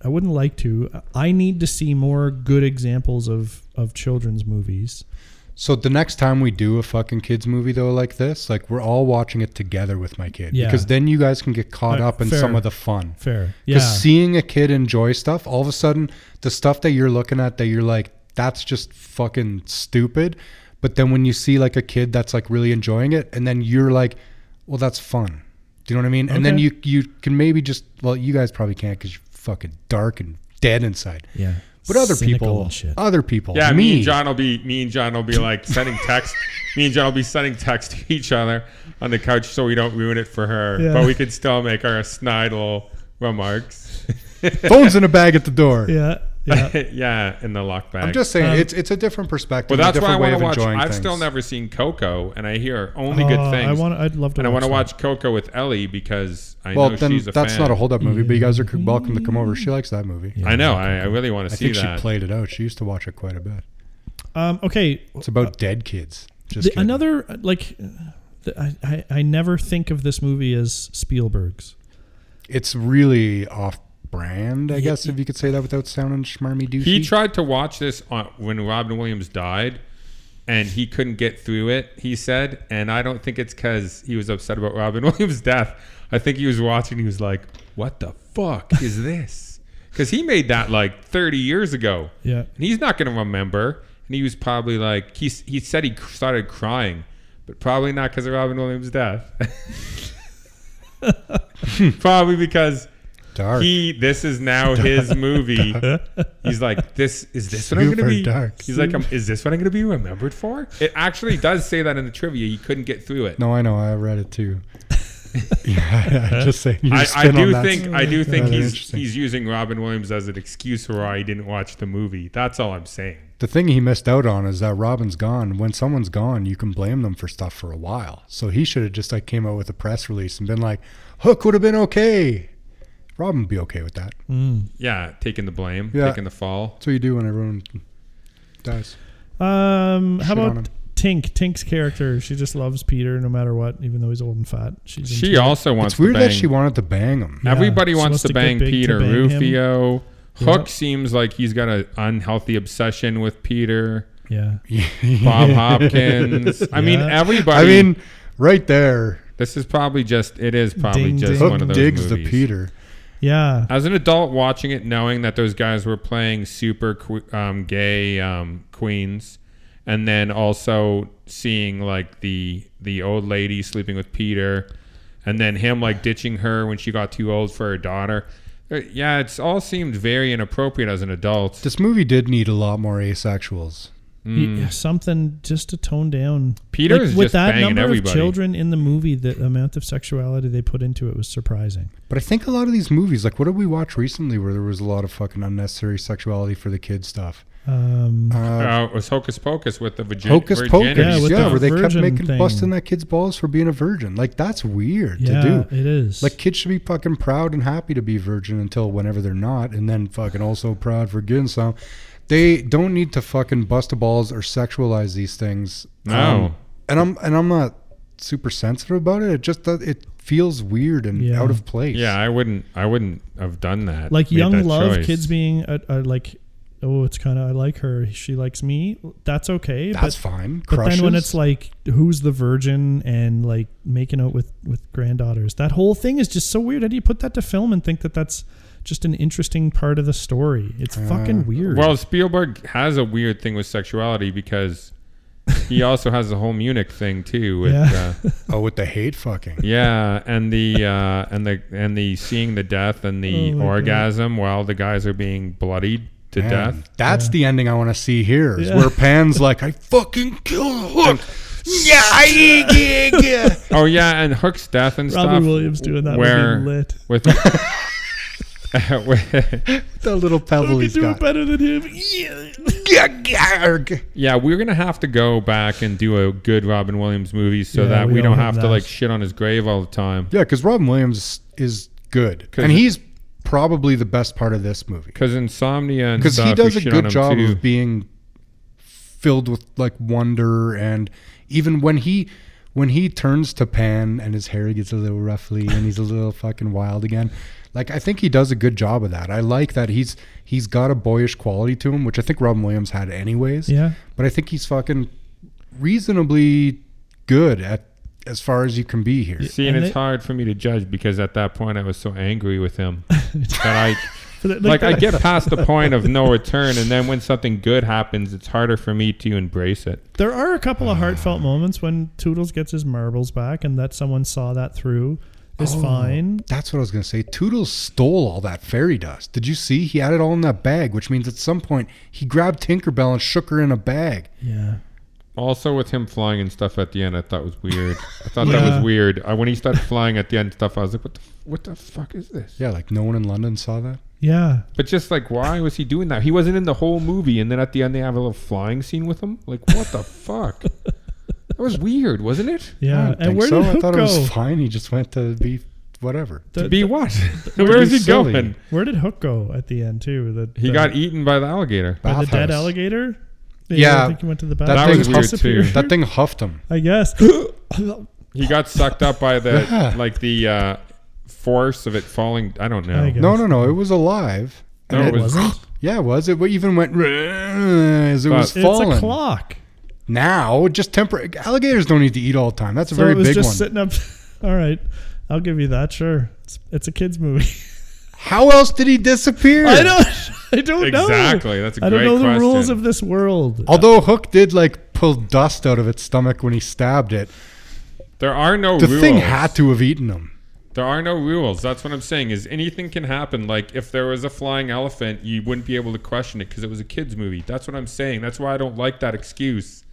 Speaker 1: I wouldn't like to. I need to see more good examples of of children's movies.
Speaker 3: so the next time we do a fucking kids movie though like this, like we're all watching it together with my kid
Speaker 1: Yeah.
Speaker 3: because then you guys can get caught
Speaker 1: Uh,
Speaker 3: up in
Speaker 1: fair.
Speaker 3: some of the fun.
Speaker 1: Fair, yeah.
Speaker 3: Because seeing a kid enjoy stuff, all of a sudden, the stuff that you're looking at that you're like, that's just fucking stupid. But then when you see like a kid that's like really enjoying it, and then you're like, well, that's fun. Do you know what I mean? And then
Speaker 1: Okay.
Speaker 3: you you can maybe just well, you guys probably can't because you're fucking dark and dead inside.
Speaker 1: yeah,
Speaker 3: But other
Speaker 1: Cynical
Speaker 3: people,
Speaker 1: and shit.
Speaker 3: other people,
Speaker 2: Yeah, me.
Speaker 3: me,
Speaker 2: and John will be me and John will be like sending
Speaker 3: *laughs*
Speaker 2: text. me and John will be sending text to each other on the couch so we don't ruin it for her.
Speaker 1: Yeah.
Speaker 2: But we can still make our snide little remarks. *laughs*
Speaker 3: phones in a bag at the door.
Speaker 1: *laughs* yeah, yeah.
Speaker 2: yeah, in the locked bag.
Speaker 3: I'm just saying,
Speaker 1: Um,
Speaker 3: it's it's a different perspective.
Speaker 2: well,
Speaker 3: and a
Speaker 2: that's why I
Speaker 3: different way
Speaker 2: want
Speaker 3: of
Speaker 2: to watch.
Speaker 3: enjoying
Speaker 2: I've
Speaker 3: things.
Speaker 2: still never seen Coco, and I hear only good
Speaker 1: Uh,
Speaker 2: things.
Speaker 1: I want. I'd love to.
Speaker 2: and I
Speaker 1: want to
Speaker 2: watch Coco with Ellie because I
Speaker 3: Well,
Speaker 2: know
Speaker 3: then
Speaker 2: she's a
Speaker 3: that's
Speaker 2: fan.
Speaker 3: not a hold up movie, but you guys are welcome to come over. She likes that movie.
Speaker 2: I know. I, I really want to
Speaker 3: I
Speaker 2: see
Speaker 3: think
Speaker 2: that.
Speaker 3: she played it out. She used to watch it quite a bit.
Speaker 1: Um, okay,
Speaker 3: It's about
Speaker 2: Uh,
Speaker 3: dead kids. Just
Speaker 1: the,
Speaker 3: kidding.
Speaker 1: another uh, like. uh, the- I, I, I never think of this movie as Spielberg's.
Speaker 3: It's really off brand, I guess, if you could say that without sounding schmarmy douchey.
Speaker 2: He tried to watch this on, when Robin Williams died, and he couldn't get through it. He said, and I don't think it's because he was upset about Robin *laughs* Williams' death. I think he was watching. He was like, "What the fuck is this?" Because he made that like 30 years ago,
Speaker 1: Yeah.
Speaker 2: and he's not going to remember. And he was probably like, he s- he said he cr- started crying, but probably not because of Robin Williams' death. *laughs* probably because
Speaker 3: dark.
Speaker 2: he this is now his
Speaker 3: *laughs*
Speaker 2: movie. He's like, this is this what I'm gonna
Speaker 3: Super
Speaker 2: be.
Speaker 3: dark.
Speaker 2: He's like, um, is this what I'm gonna be remembered for? It actually does say that in the trivia. He couldn't get through it. *laughs*
Speaker 3: no, I know. I read it too. *laughs* Yeah, *laughs* just saying. your
Speaker 2: I, I
Speaker 3: spin on
Speaker 2: do
Speaker 3: that.
Speaker 2: think I do think
Speaker 3: Rather
Speaker 2: he's
Speaker 3: interesting.
Speaker 2: he's using Robin Williams as an excuse for why he didn't watch the movie. That's all I'm saying.
Speaker 3: the thing he missed out on is that Robin's gone. When someone's gone, you can blame them for stuff for a while. So he should have just like came out with a press release and been like, "Hook would have been okay." Robin would be okay with that.
Speaker 2: Yeah, taking the blame,
Speaker 3: Yeah.
Speaker 2: taking the fall.
Speaker 3: That's what you do when everyone dies.
Speaker 1: Um, how
Speaker 3: Shit on
Speaker 1: about
Speaker 3: him.
Speaker 1: Tink? Tink's character. She just loves Peter no matter what, even though he's old and fat. She's
Speaker 2: She
Speaker 1: into it.
Speaker 2: also wants.
Speaker 3: It's weird
Speaker 2: to bang.
Speaker 3: that she wanted to bang him.
Speaker 1: Yeah,
Speaker 2: Everybody
Speaker 1: she
Speaker 2: wants
Speaker 1: wants
Speaker 2: to
Speaker 1: to get
Speaker 2: bang
Speaker 1: big to
Speaker 2: Peter
Speaker 1: bang him.
Speaker 2: Rufio.
Speaker 1: Yeah.
Speaker 2: Hook seems like he's got an unhealthy obsession with Peter.
Speaker 1: Yeah.
Speaker 2: Bob Hopkins. I mean,
Speaker 1: Yeah.
Speaker 2: everybody.
Speaker 3: I mean, right there,
Speaker 2: this is probably just. It is probably
Speaker 1: Ding,
Speaker 2: just
Speaker 1: ding.
Speaker 2: one
Speaker 3: Hook
Speaker 2: of those
Speaker 3: digs
Speaker 2: movies.
Speaker 3: the Peter.
Speaker 1: Yeah.
Speaker 2: As an adult watching it, knowing that those guys were playing super que- um, gay um, queens, and then also seeing like the the old lady sleeping with Peter, and then him like ditching her when she got too old for her daughter. Uh, Yeah, it's all seemed very inappropriate as an adult.
Speaker 3: This movie did need a lot more asexuals.
Speaker 1: Y- yeah, something just to tone down.
Speaker 2: Hmm. Peter is
Speaker 1: with
Speaker 2: just
Speaker 1: that
Speaker 2: banging
Speaker 1: number
Speaker 2: everybody.
Speaker 1: of children in the movie, the amount of sexuality they put into it was surprising.
Speaker 3: But I think a lot of these movies, like what did we watch recently where there was a lot of fucking unnecessary sexuality for the kids stuff?
Speaker 1: Um,
Speaker 2: Uh, it was Hocus Pocus with the virgin-
Speaker 3: Hocus Pocus,
Speaker 2: virginity
Speaker 1: Yeah,
Speaker 3: yeah,
Speaker 1: with
Speaker 2: stuff.
Speaker 1: the
Speaker 3: where they kept
Speaker 1: virgin
Speaker 3: making
Speaker 1: thing.
Speaker 3: busting that kid's balls for being a virgin. Like that's weird
Speaker 1: yeah,
Speaker 3: to do.
Speaker 1: it is.
Speaker 3: Like kids should be fucking proud and happy to be virgin until whenever they're not, and then fucking also proud for getting some. They don't need to fucking bust the balls or sexualize these things.
Speaker 2: No.
Speaker 3: Um, and I'm and I'm not super sensitive about it. It just that it feels weird and
Speaker 1: Yeah.
Speaker 3: out of place.
Speaker 2: yeah, I wouldn't. I wouldn't have done that.
Speaker 1: like
Speaker 2: made
Speaker 1: young
Speaker 2: that
Speaker 1: love,
Speaker 2: choice.
Speaker 1: kids being uh uh like, oh, it's kind of I like her, she likes me. That's okay.
Speaker 3: that's
Speaker 1: but,
Speaker 3: fine.
Speaker 1: But
Speaker 3: Crushes.
Speaker 1: then when it's like, who's the virgin and like making out with with granddaughters, that whole thing is just so weird. How do you put that to film and think that that's just an interesting part of the story? It's
Speaker 3: Uh,
Speaker 1: fucking weird.
Speaker 2: Well, Spielberg has a weird thing with sexuality because
Speaker 1: *laughs*
Speaker 2: he also has the whole Munich thing too. With,
Speaker 1: Yeah.
Speaker 2: Uh,
Speaker 3: oh, with the hate fucking.
Speaker 2: yeah, and the uh, and the and the seeing the death and the
Speaker 1: Oh my God.
Speaker 2: orgasm while the guys are being bloodied to
Speaker 3: Man,
Speaker 2: death.
Speaker 3: That's the ending I want to see here. Is
Speaker 1: Yeah.
Speaker 3: Where Pan's like, *laughs* I fucking killed Hook. Yeah, I- yeah, yeah.
Speaker 2: Oh yeah, and Hook's death and
Speaker 1: Robin
Speaker 2: stuff.
Speaker 1: Williams doing that would
Speaker 2: where
Speaker 1: be lit. *laughs*
Speaker 2: with. *laughs* with-
Speaker 3: *laughs* The little pebble
Speaker 1: Who
Speaker 3: he's
Speaker 1: could do it
Speaker 3: got.
Speaker 1: better than
Speaker 3: *laughs*
Speaker 1: him? Yeah.
Speaker 3: Yeah, yeah, erg.
Speaker 2: yeah, we're gonna have to go back and do a good Robin Williams movie so
Speaker 1: Yeah,
Speaker 2: that we,
Speaker 1: we
Speaker 2: don't
Speaker 1: don't
Speaker 2: have
Speaker 1: have
Speaker 2: to
Speaker 1: that.
Speaker 2: like shit on his grave all the time.
Speaker 3: Yeah, because Robin Williams is good,
Speaker 2: 'Cause-
Speaker 3: and he's probably the best part of this movie
Speaker 2: Because insomnia and
Speaker 3: because
Speaker 2: stuff,
Speaker 3: he
Speaker 2: you
Speaker 3: does a
Speaker 2: shit on
Speaker 3: good
Speaker 2: him,
Speaker 3: job
Speaker 2: too.
Speaker 3: of being filled with like wonder, and even when he when he turns to Pan and his hair gets a little ruffly and he's a little fucking wild again. Like I think he does a good job of that. I like that he's he's got a boyish quality to him, which I think Robin Williams had anyways.
Speaker 1: Yeah.
Speaker 3: But I think he's fucking reasonably good at as far as you can be here.
Speaker 2: See, and,
Speaker 1: And
Speaker 2: it's
Speaker 1: it-
Speaker 2: hard for me to judge because at that point I was so angry
Speaker 1: *laughs*
Speaker 2: with him that I,
Speaker 1: Like,
Speaker 2: like, I
Speaker 1: that-
Speaker 2: get past the point of no return, and then when something good happens, it's harder for me to embrace it.
Speaker 1: *laughs* There are a couple of heartfelt moments when Toodles gets his marbles back, and that someone saw that through is
Speaker 3: Oh,
Speaker 1: fine.
Speaker 3: That's what I was going to say. Toodles stole all that fairy dust. Did you see? He had it all in that bag, which means at some point he grabbed Tinkerbell and shook her in a bag.
Speaker 1: Yeah,
Speaker 2: Also, with him flying and stuff at the end, I thought was weird. I thought that
Speaker 1: Yeah.
Speaker 2: was weird. I, when he started flying at the end stuff, I was like, "What the what the fuck is this?"
Speaker 3: Yeah, like no one in London saw that.
Speaker 1: yeah.
Speaker 2: But just like, why was he doing that? He wasn't in the whole movie, and then at the end they have a little flying scene with him. Like, what
Speaker 3: *laughs*
Speaker 2: the fuck? That was weird, wasn't it?
Speaker 3: I
Speaker 1: Yeah,
Speaker 3: don't
Speaker 1: Uh, and
Speaker 3: think
Speaker 1: where
Speaker 3: so.
Speaker 1: did
Speaker 3: I
Speaker 1: Hook
Speaker 3: thought
Speaker 1: go?
Speaker 3: it was fine. He just went to be whatever.
Speaker 1: The-
Speaker 2: to be *laughs* what?
Speaker 3: to
Speaker 2: Where
Speaker 3: be
Speaker 2: is he
Speaker 3: silly.
Speaker 2: going?
Speaker 1: Where did Hook go at the end too? The,
Speaker 2: He
Speaker 1: the-
Speaker 2: got eaten by the alligator.
Speaker 1: by the dead
Speaker 3: Bathhouse.
Speaker 1: alligator.
Speaker 3: Yeah,
Speaker 1: I think he went to the
Speaker 3: That
Speaker 1: bathhouse.
Speaker 3: was
Speaker 1: and
Speaker 3: weird,
Speaker 1: disappeared.
Speaker 2: too.
Speaker 3: That thing huffed him.
Speaker 1: *laughs* I guess. *gasps*
Speaker 2: He got sucked up by the
Speaker 3: Yeah.
Speaker 2: like the uh, force of it falling. I don't know.
Speaker 1: I guess.
Speaker 3: No, no, no. It was alive.
Speaker 2: No,
Speaker 3: And
Speaker 2: it was-
Speaker 3: *gasps*
Speaker 1: Wasn't?
Speaker 3: Yeah, it was. It even went as it was
Speaker 2: But-
Speaker 3: falling.
Speaker 1: It's a clock.
Speaker 3: Now, just temporary. Alligators don't need to eat all the time. That's a
Speaker 1: So
Speaker 3: very
Speaker 1: Oh, it was
Speaker 3: big
Speaker 1: just
Speaker 3: one.
Speaker 1: sitting up. *laughs* All right, I'll give you that. Sure, it's, it's a kids movie. *laughs*
Speaker 3: How else did he disappear?
Speaker 1: I don't. *laughs* I don't know.
Speaker 2: Exactly. That's a
Speaker 1: I don't
Speaker 2: great
Speaker 1: know
Speaker 2: question.
Speaker 1: the rules of this world.
Speaker 3: Although Hook did like pull dust out of its stomach when he stabbed it,
Speaker 2: There are no
Speaker 3: the
Speaker 2: rules.
Speaker 3: thing had to have eaten him.
Speaker 2: There are no rules. That's what I'm saying. Is anything can happen. Like if there was a flying elephant, you wouldn't be able to question it because it was a kids movie. That's what I'm saying. That's why I don't like that excuse.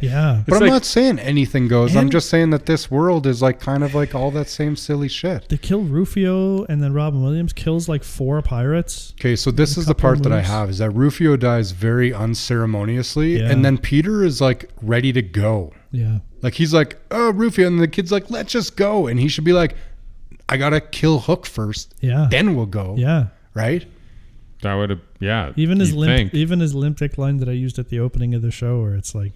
Speaker 1: Yeah.
Speaker 3: But I'm
Speaker 2: like-
Speaker 3: not saying anything goes. I'm
Speaker 1: And-
Speaker 3: just saying that this world is like kind of like all that same silly shit.
Speaker 1: They kill Rufio and then Robin Williams kills like four pirates.
Speaker 3: Okay, so this is the
Speaker 1: couple
Speaker 3: part that I
Speaker 1: moves.
Speaker 3: have is that Rufio dies very unceremoniously,
Speaker 1: Yeah.
Speaker 3: and then Peter is like ready to go.
Speaker 1: Yeah.
Speaker 3: Like he's like, "Oh, Rufio," and the kid's like, "Let's just go," and he should be like, "I gotta kill Hook first,
Speaker 1: Yeah.
Speaker 3: then we'll go."
Speaker 1: Uh, Yeah.
Speaker 3: right?
Speaker 2: That would have, yeah.
Speaker 1: Even his
Speaker 2: you'd
Speaker 1: limp
Speaker 2: think.
Speaker 1: even his limp dick line that I used at the opening of the show where it's like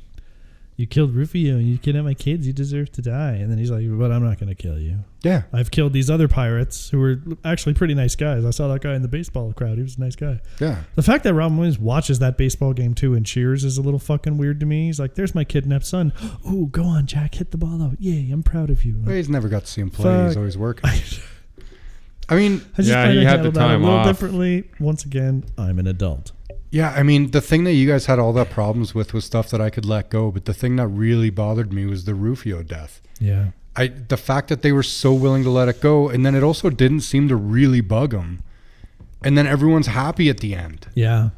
Speaker 1: you killed Rufio, you kidnapped my kids, you deserve to die. And then he's like, But I'm not gonna kill you.
Speaker 3: Yeah,
Speaker 1: I've killed these other pirates who were actually pretty nice guys. I saw that guy in the baseball crowd. He was a nice guy.
Speaker 3: yeah.
Speaker 1: The fact that Robin Williams watches that baseball game too and cheers is a little fucking weird to me. He's like, "There's my kidnapped son. Ooh, go on, Jack, hit the ball out. Yay, I'm proud of you."
Speaker 3: Well, he's never got to see him play. He's
Speaker 1: Fuck.
Speaker 3: always working.
Speaker 1: *laughs* I
Speaker 3: I mean,
Speaker 1: just
Speaker 2: Yeah,
Speaker 1: find
Speaker 2: he
Speaker 1: out
Speaker 2: had the
Speaker 1: about it
Speaker 2: time
Speaker 1: a little
Speaker 2: off.
Speaker 1: differently. Once again, I'm an adult.
Speaker 3: yeah. I mean, the thing that you guys had all that problems with was stuff that I could let go, but the thing that really bothered me was the Rufio death.
Speaker 1: Yeah,
Speaker 3: I the fact that they were so willing to let it go, and then it also didn't seem to really bug him. And then everyone's happy at the end.
Speaker 1: yeah,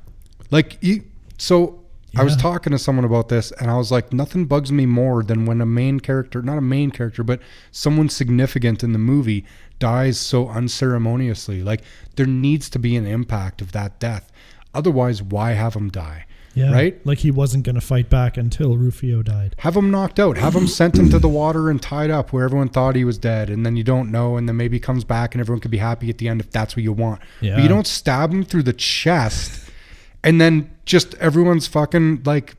Speaker 3: Like you, so I was
Speaker 1: Yeah.
Speaker 3: talking to someone about this, and I was like, nothing bugs me more than when a main character—not a main character, but someone significant in the movie—dies so unceremoniously. Like there needs to be an impact of that death. Otherwise, why have him die?
Speaker 1: yeah.
Speaker 3: Right?
Speaker 1: Like he wasn't gonna fight back until Rufio died.
Speaker 3: Have him knocked out. Have him sent into the water and tied up where everyone thought he was dead, and then you don't know, and then maybe he comes back and everyone could be happy at the end if that's what you want. But
Speaker 1: Yeah.
Speaker 3: you don't stab him through the chest, and then just everyone's fucking like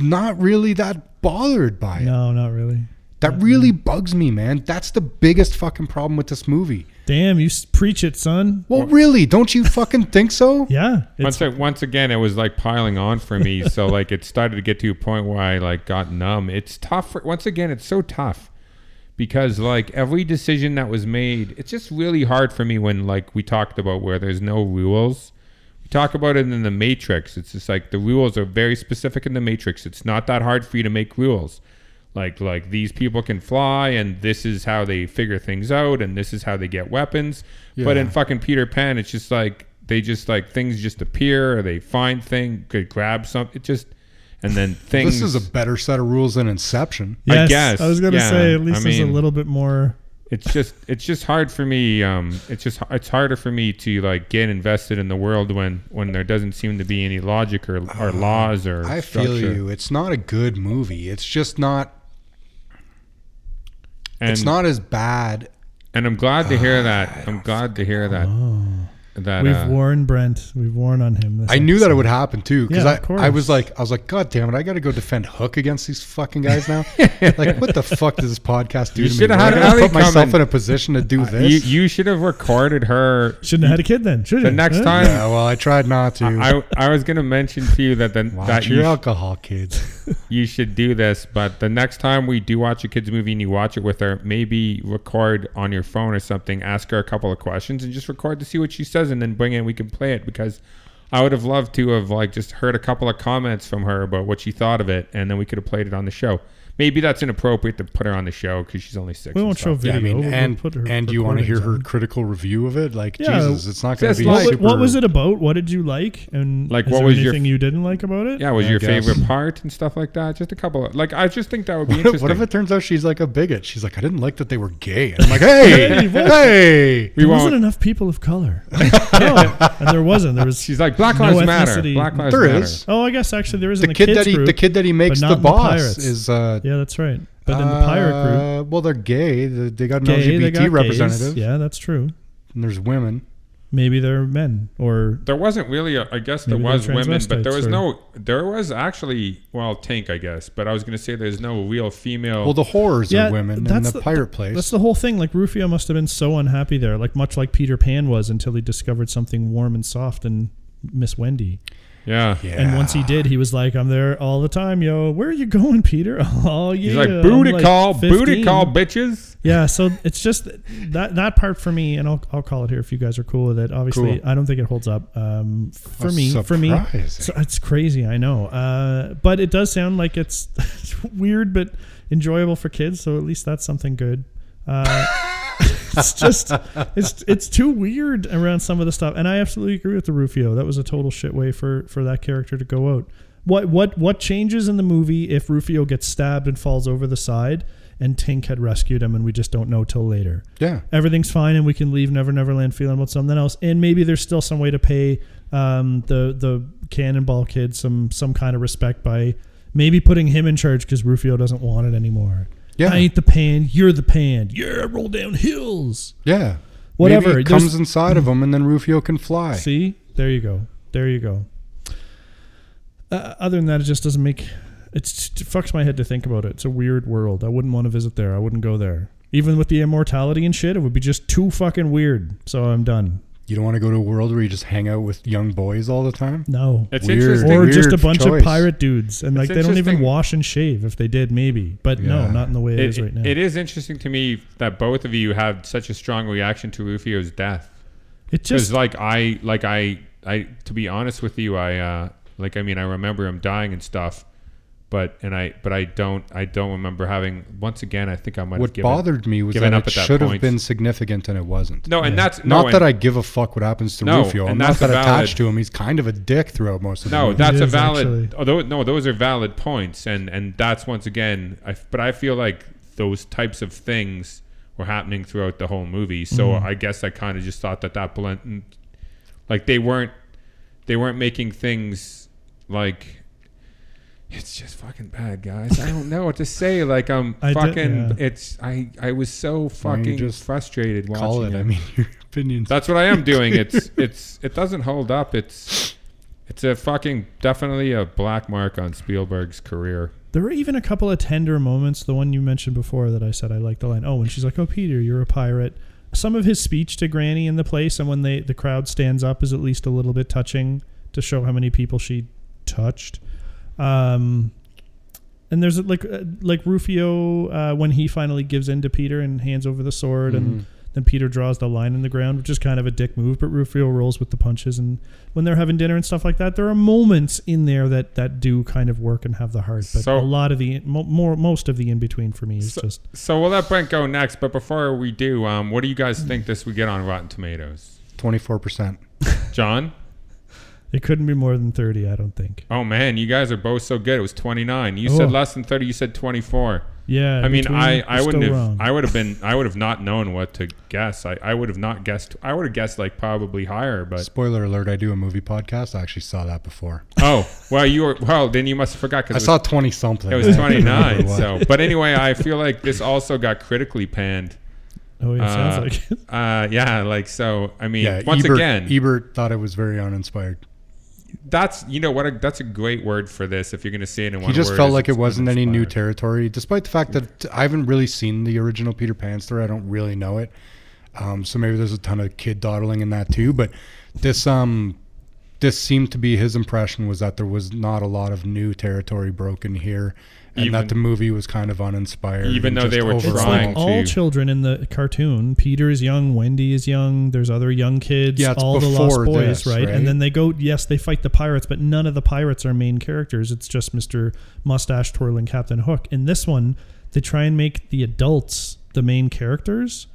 Speaker 3: not really that bothered by it.
Speaker 1: No, not really.
Speaker 3: That really bugs me, man. That's the biggest fucking problem with this movie.
Speaker 1: Damn, you s- preach it, son.
Speaker 3: Well, really, don't you fucking think so?
Speaker 1: *laughs* Yeah, it's
Speaker 2: once, I, once again, it was like piling on
Speaker 1: *laughs*
Speaker 2: for me. so like it started to get to a point where I like got numb. It's tough. For, once again, it's so tough because like every decision that was made, it's just really hard for me when like we talked about where there's no rules. We talk about it in the Matrix. It's just like the rules are very specific in the Matrix. It's not that hard for you to make rules. Like like these people can fly and this is how they figure things out and this is how they get weapons. But in
Speaker 3: Yeah.
Speaker 2: fucking Peter Pan, it's just like they just like things just appear or they find thing, could grab something. It just and then things
Speaker 3: *laughs* This is a better set of rules than Inception.
Speaker 2: I
Speaker 1: Yes,
Speaker 2: guess,
Speaker 1: I was gonna
Speaker 2: yeah,
Speaker 1: say at
Speaker 2: I
Speaker 1: least there's a
Speaker 2: mean-
Speaker 1: little bit more.
Speaker 2: it's just it's just hard for me um it's just it's harder for me to like get invested in the world when when there doesn't seem to be any logic or, or laws or
Speaker 3: Ah, I
Speaker 2: structure.
Speaker 3: feel you. It's not a good movie. It's just not
Speaker 2: and
Speaker 3: it's not as bad.
Speaker 2: and i'm glad to hear that i'm glad to hear that that
Speaker 1: We've
Speaker 2: uh,
Speaker 1: warned Brent. We've warned on him. This
Speaker 3: I knew that it
Speaker 1: episode.
Speaker 3: would happen too because
Speaker 1: Yeah, of
Speaker 3: I, I was
Speaker 1: course.
Speaker 3: like I was like God damn it I got to go defend Hook against these fucking guys
Speaker 1: *laughs*
Speaker 3: now. like what the fuck does this podcast do
Speaker 2: You
Speaker 3: to me?
Speaker 2: should've
Speaker 3: Do I
Speaker 2: had
Speaker 3: gotta
Speaker 2: Ali
Speaker 3: put
Speaker 2: come
Speaker 3: myself
Speaker 2: and-
Speaker 3: in a position to do
Speaker 2: you,
Speaker 3: this.
Speaker 2: you should have recorded
Speaker 3: *laughs*
Speaker 2: her
Speaker 1: Shouldn't have had a kid then. Should
Speaker 2: the next time
Speaker 3: yeah, well, I tried not to.
Speaker 2: I, I was gonna mention to you that then
Speaker 3: Watch
Speaker 2: that
Speaker 3: your
Speaker 2: you, sh-
Speaker 3: alcohol, *laughs* kids.
Speaker 2: you should do this, but the next time we do watch a kids movie and you watch it with her, maybe record on your phone or something, ask her a couple of questions and just record to see what she says and then bring it and we can play it because I would have loved to have like just heard a couple of comments from her about what she thought of it and then we could have played it on the show. Maybe that's inappropriate to put her on the show because she's only six.
Speaker 1: We
Speaker 2: and
Speaker 1: won't show
Speaker 2: stuff.
Speaker 1: video.
Speaker 3: I mean,
Speaker 1: We'll
Speaker 3: and
Speaker 1: put her
Speaker 3: and you want to hear her
Speaker 1: recordings
Speaker 3: critical review of it? Like
Speaker 1: Yeah,
Speaker 3: Jesus, it's not going
Speaker 2: just
Speaker 3: to be
Speaker 1: on. What,
Speaker 2: like-
Speaker 1: wa-
Speaker 3: super.
Speaker 1: what was it about? What did you like? And
Speaker 2: Like,
Speaker 1: is
Speaker 2: what
Speaker 1: there
Speaker 2: was your
Speaker 1: anything
Speaker 2: f-
Speaker 1: you didn't like about it?
Speaker 2: Yeah, was
Speaker 3: I
Speaker 2: your
Speaker 3: guess.
Speaker 2: favorite part and stuff like that? Just a couple of like I just think that
Speaker 1: *laughs*
Speaker 2: would be interesting.
Speaker 3: What if it turns out she's like a bigot? She's like, I didn't like that they were gay. And I'm like, hey, hey,
Speaker 2: we
Speaker 1: there wasn't
Speaker 2: won't,
Speaker 1: enough people of
Speaker 3: *laughs*
Speaker 1: color. no, and there wasn't. There was.
Speaker 2: she's like Black
Speaker 1: No
Speaker 2: Lives Matter.
Speaker 1: ethnicity.
Speaker 2: Black Lives
Speaker 3: There
Speaker 2: Matter.
Speaker 3: is.
Speaker 1: oh, I guess actually there is in
Speaker 3: the kid
Speaker 1: kids
Speaker 3: that he
Speaker 1: group.
Speaker 3: the kid that he makes
Speaker 1: not
Speaker 3: the
Speaker 1: in the
Speaker 3: boss
Speaker 1: Pirates.
Speaker 3: is uh,
Speaker 1: yeah, that's right. But in the pirate group,
Speaker 3: Uh, well, they're gay. They, they got an
Speaker 1: gay, they got
Speaker 3: LGBT representative,
Speaker 1: Gays. Yeah, that's true.
Speaker 3: and there's women.
Speaker 1: Maybe they're men or
Speaker 2: there wasn't really a, I guess there
Speaker 1: Maybe they're
Speaker 2: was women but there
Speaker 1: transvestites
Speaker 2: was
Speaker 1: or-
Speaker 2: no there was actually well tank I guess but I was gonna say there's no real female
Speaker 3: Well, the whores
Speaker 1: yeah,
Speaker 3: are women in
Speaker 1: that's
Speaker 3: the, pirate place.
Speaker 1: That's the whole thing. Like Rufio must have been so unhappy there, like much like Peter Pan was until he discovered something warm and soft and Miss Wendy.
Speaker 2: yeah.
Speaker 3: yeah.
Speaker 1: And once he did, he was like, "I'm there all the time, yo. Where are you going, Peter? *laughs* Oh yeah."
Speaker 2: he's like
Speaker 1: I'm
Speaker 2: booty call
Speaker 1: 15."
Speaker 2: booty call bitches
Speaker 1: Yeah. So it's just that that part for me, and I'll, I'll call it here if you guys are cool with it. Obviously,
Speaker 3: Cool.
Speaker 1: I don't think it holds up. Um, for
Speaker 3: How
Speaker 1: me, for me,
Speaker 3: surprising.
Speaker 1: so it's crazy. I know, uh, but it does sound like it's, *laughs* it's weird but enjoyable for kids. So at least that's something good. Uh, *laughs* it's just it's it's too weird around some of the stuff, and I absolutely agree with the Rufio. That was a total shit way for for that character to go out. What what what changes in the movie if Rufio gets stabbed and falls over the side and Tink had rescued him and we just don't know till later?
Speaker 3: Yeah.
Speaker 1: Everything's fine and we can leave Never Never Land feeling about something else. And maybe there's still some way to pay um, the the Cannonball kid some some kind of respect by maybe putting him in charge because Rufio doesn't want it anymore.
Speaker 3: Yeah.
Speaker 1: I ain't the pan. You're the pan. Yeah, roll down hills.
Speaker 3: Yeah.
Speaker 1: Whatever,
Speaker 3: Maybe it
Speaker 1: there's-
Speaker 3: comes inside of him, and then Rufio can fly.
Speaker 1: See, there you go. There you go. Uh, other than that, it just doesn't make. It's, it fucks my head to think about it. It's a weird world. I wouldn't want to visit there. I wouldn't go there. Even with the immortality and shit, it would be just too fucking weird. So I'm done.
Speaker 3: You don't want to go to a world where you just hang out with young boys all the time.
Speaker 1: No.
Speaker 2: It's
Speaker 3: Weird.
Speaker 2: interesting.
Speaker 1: or just a
Speaker 3: weird
Speaker 1: bunch of
Speaker 3: choice.
Speaker 1: pirate dudes, and like they don't even
Speaker 2: interesting.
Speaker 1: wash and shave. If they did, maybe, but no,
Speaker 3: Yeah.
Speaker 1: not in the way it is
Speaker 2: It-
Speaker 1: right now.
Speaker 2: it is interesting to me that both of you have such a strong reaction to Rufio's death.
Speaker 1: It
Speaker 2: Because
Speaker 1: just
Speaker 2: like I like I I to be honest with you, I uh like I mean I remember him dying and stuff, but and I but I don't I don't remember having once again I think I might have
Speaker 3: What
Speaker 2: given,
Speaker 3: bothered me was
Speaker 2: given
Speaker 3: that
Speaker 2: up
Speaker 3: it
Speaker 2: at that
Speaker 3: should have
Speaker 2: point.
Speaker 3: been significant and it wasn't.
Speaker 2: No, and that's
Speaker 3: Not
Speaker 2: no,
Speaker 3: that
Speaker 2: and-
Speaker 3: I give a fuck what happens to
Speaker 2: No,
Speaker 3: Rufio.
Speaker 2: and
Speaker 3: I'm not
Speaker 2: that's
Speaker 3: that
Speaker 2: a valid-
Speaker 3: attached to him. He's kind of a dick throughout most of the
Speaker 2: No,
Speaker 3: movie.
Speaker 2: that's a
Speaker 1: is,
Speaker 2: valid.
Speaker 1: actually.
Speaker 2: Although no, those are valid points, and and that's once again. I, but I feel like those types of things were happening throughout the whole movie. So I guess I kind of just thought that that blend, mm, like they weren't, they weren't making things like. It's just fucking bad, guys. I don't know what to say. Like I'm
Speaker 1: I did-
Speaker 2: fucking.
Speaker 1: yeah.
Speaker 2: It's I. I was so fucking
Speaker 3: just
Speaker 2: frustrated watching
Speaker 3: Call it. I mean, your *laughs* opinions.
Speaker 2: that's what I
Speaker 1: *laughs*
Speaker 2: am doing. It's it's it doesn't hold up. It's it's a fucking definitely a black mark on Spielberg's career.
Speaker 1: there were even a couple of tender moments. The one you mentioned before that I said I like the line. Oh, when she's like, "Oh, Peter, you're a pirate." Some of his speech to Granny in the place, and when they the crowd stands up, is at least a little bit touching to show how many people she touched. Um, and there's like uh, like Rufio uh, when he finally gives in to Peter and hands over the sword, and
Speaker 2: Mm-hmm.
Speaker 1: then Peter draws the line in the ground, which is kind of a dick move. But Rufio rolls with the punches, and when they're having dinner and stuff like that, there are moments in there that that do kind of work and have the heart. But
Speaker 2: So-
Speaker 1: a lot of the mo- more most of the in between for me is
Speaker 2: So-
Speaker 1: just
Speaker 2: So we'll let Brent go next. But before we do, um, what do you guys think this would get on Rotten Tomatoes?
Speaker 3: 24%.
Speaker 2: John?
Speaker 1: it couldn't be more than thirty. I don't think.
Speaker 2: Oh man, you guys are both so good. It was 29. You
Speaker 1: Oh.
Speaker 2: said less than 30. You said 24.
Speaker 1: Yeah,
Speaker 2: I mean,
Speaker 1: between-
Speaker 2: I, I
Speaker 1: you're
Speaker 2: wouldn't
Speaker 1: still
Speaker 2: have
Speaker 1: wrong.
Speaker 2: I would have been I would have not known what to guess. I, I would have not guessed. I would have guessed like probably
Speaker 1: *laughs*
Speaker 2: higher. But
Speaker 3: Spoiler alert, I do a movie podcast. I actually saw that before.
Speaker 2: oh well, you were well. Then you must have forgot
Speaker 3: I
Speaker 2: because
Speaker 3: saw 20 something.
Speaker 2: It
Speaker 3: *laughs*
Speaker 2: was 29. so, but anyway, I feel like this also got critically panned.
Speaker 1: oh, yeah, it sounds
Speaker 2: Uh,
Speaker 1: like it.
Speaker 2: uh, yeah, like so. I mean,
Speaker 3: Yeah,
Speaker 2: once
Speaker 3: Ebert,
Speaker 2: again,
Speaker 3: Ebert thought it was very uninspired.
Speaker 2: that's you know what? A, that's a great word for this. If you're going to say it in one,
Speaker 3: He just
Speaker 2: word,
Speaker 3: felt
Speaker 2: is
Speaker 3: like it
Speaker 2: it's
Speaker 3: wasn't any new
Speaker 2: uninspired.
Speaker 3: territory, despite the fact that I haven't really seen the original Peter Pan story. I don't really know it. Um, so maybe there's a ton of kid dawdling in that too. But this um, this seemed to be his impression was that there was not a lot of new territory broken here, and
Speaker 2: Even-
Speaker 3: that the movie was kind of uninspired.
Speaker 2: Even
Speaker 3: and
Speaker 2: though they
Speaker 3: just
Speaker 2: were
Speaker 1: It's
Speaker 2: trying
Speaker 1: like
Speaker 2: to-
Speaker 1: all children in the cartoon. Peter is young, Wendy is young. There's other young kids.
Speaker 3: Yeah, it's
Speaker 1: all the lost
Speaker 3: before
Speaker 1: boys,
Speaker 3: this,
Speaker 1: right?
Speaker 3: right?
Speaker 1: And then they go. Yes, they fight the pirates, but none of the pirates are main characters. It's just Mister Mustache twirling Captain Hook. In this one, they try and make the adults the main characters.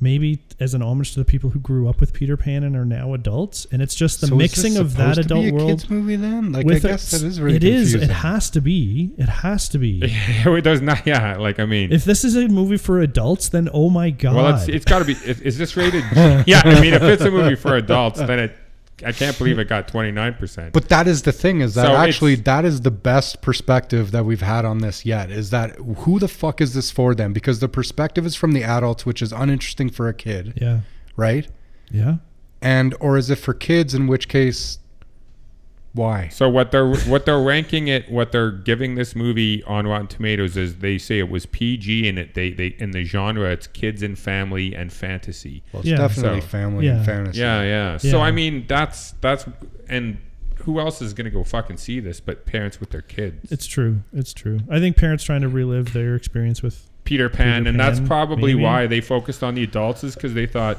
Speaker 1: Maybe as an homage to the people who grew up with Peter Pan and are now adults, and it's just the
Speaker 3: So is this
Speaker 1: mixing of that
Speaker 3: supposed to
Speaker 1: adult
Speaker 3: be a
Speaker 1: world
Speaker 3: kids movie then. Like I
Speaker 1: with
Speaker 3: guess
Speaker 1: a-
Speaker 3: that is very
Speaker 1: it is.
Speaker 3: confusing.
Speaker 1: It has to be. It has to be.
Speaker 2: *laughs* it does not. Yeah, like I mean,
Speaker 1: If this is a movie for adults, then oh my god!
Speaker 2: well, it's it's got to be. If, is this
Speaker 3: *laughs*
Speaker 2: rated? yeah, I mean, if it's a movie for adults, then it. I can't believe it got 29. percent
Speaker 3: But that is the thing is that
Speaker 2: So it's-
Speaker 3: actually that is the best perspective that we've had on this yet is that who the fuck is this for them? Because the perspective is from the adults, which is uninteresting for a kid,
Speaker 1: yeah,
Speaker 3: right?
Speaker 1: yeah.
Speaker 3: And or is it for kids? In which case, why?
Speaker 2: So what they're what they're ranking it, what they're giving this movie on Rotten Tomatoes is they say it was PG and it they, they in the genre it's kids and family and fantasy.
Speaker 3: Well, it's
Speaker 1: Yeah.
Speaker 3: definitely
Speaker 2: So-
Speaker 3: family
Speaker 1: Yeah.
Speaker 3: and fantasy.
Speaker 2: yeah, yeah, So
Speaker 1: Yeah.
Speaker 2: I mean that's that's and who else is gonna go fucking see this but parents with their kids?
Speaker 1: It's true. It's true. I think parents trying to relive their experience with
Speaker 2: Peter Pan,
Speaker 1: Peter Pan,
Speaker 2: and that's probably
Speaker 1: maybe.
Speaker 2: why they focused on the adults is because they thought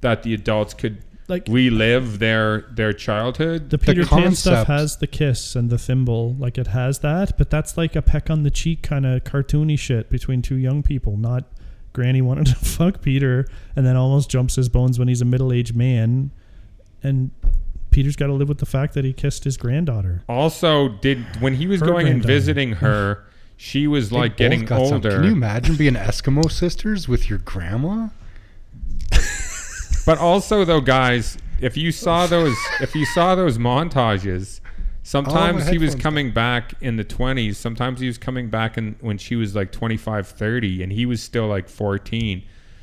Speaker 2: that the adults could
Speaker 1: Like-
Speaker 2: relive their their childhood.
Speaker 1: the Peter Pan stuff
Speaker 3: concept-
Speaker 1: has the kiss and the thimble, like it has that, but that's like a peck on the cheek kind of cartoony shit between two young people. Not Granny *laughs* wanted to fuck Peter and then almost jumps his bones when he's a middle aged man, and Peter's got to live with the fact that he kissed his granddaughter.
Speaker 2: Also, did when he was
Speaker 1: Her
Speaker 2: going and
Speaker 1: granddaughter.
Speaker 2: visiting her, she was
Speaker 3: They
Speaker 2: like
Speaker 3: both
Speaker 2: getting
Speaker 3: got some-
Speaker 2: older.
Speaker 3: Can you imagine being Eskimo sisters with your grandma?
Speaker 2: But also though, guys, if you saw those if you saw those montages, sometimes he was
Speaker 3: headphones.
Speaker 2: coming back in the 20s, sometimes he was coming back in when she was like 25, 30 and he was still like 14.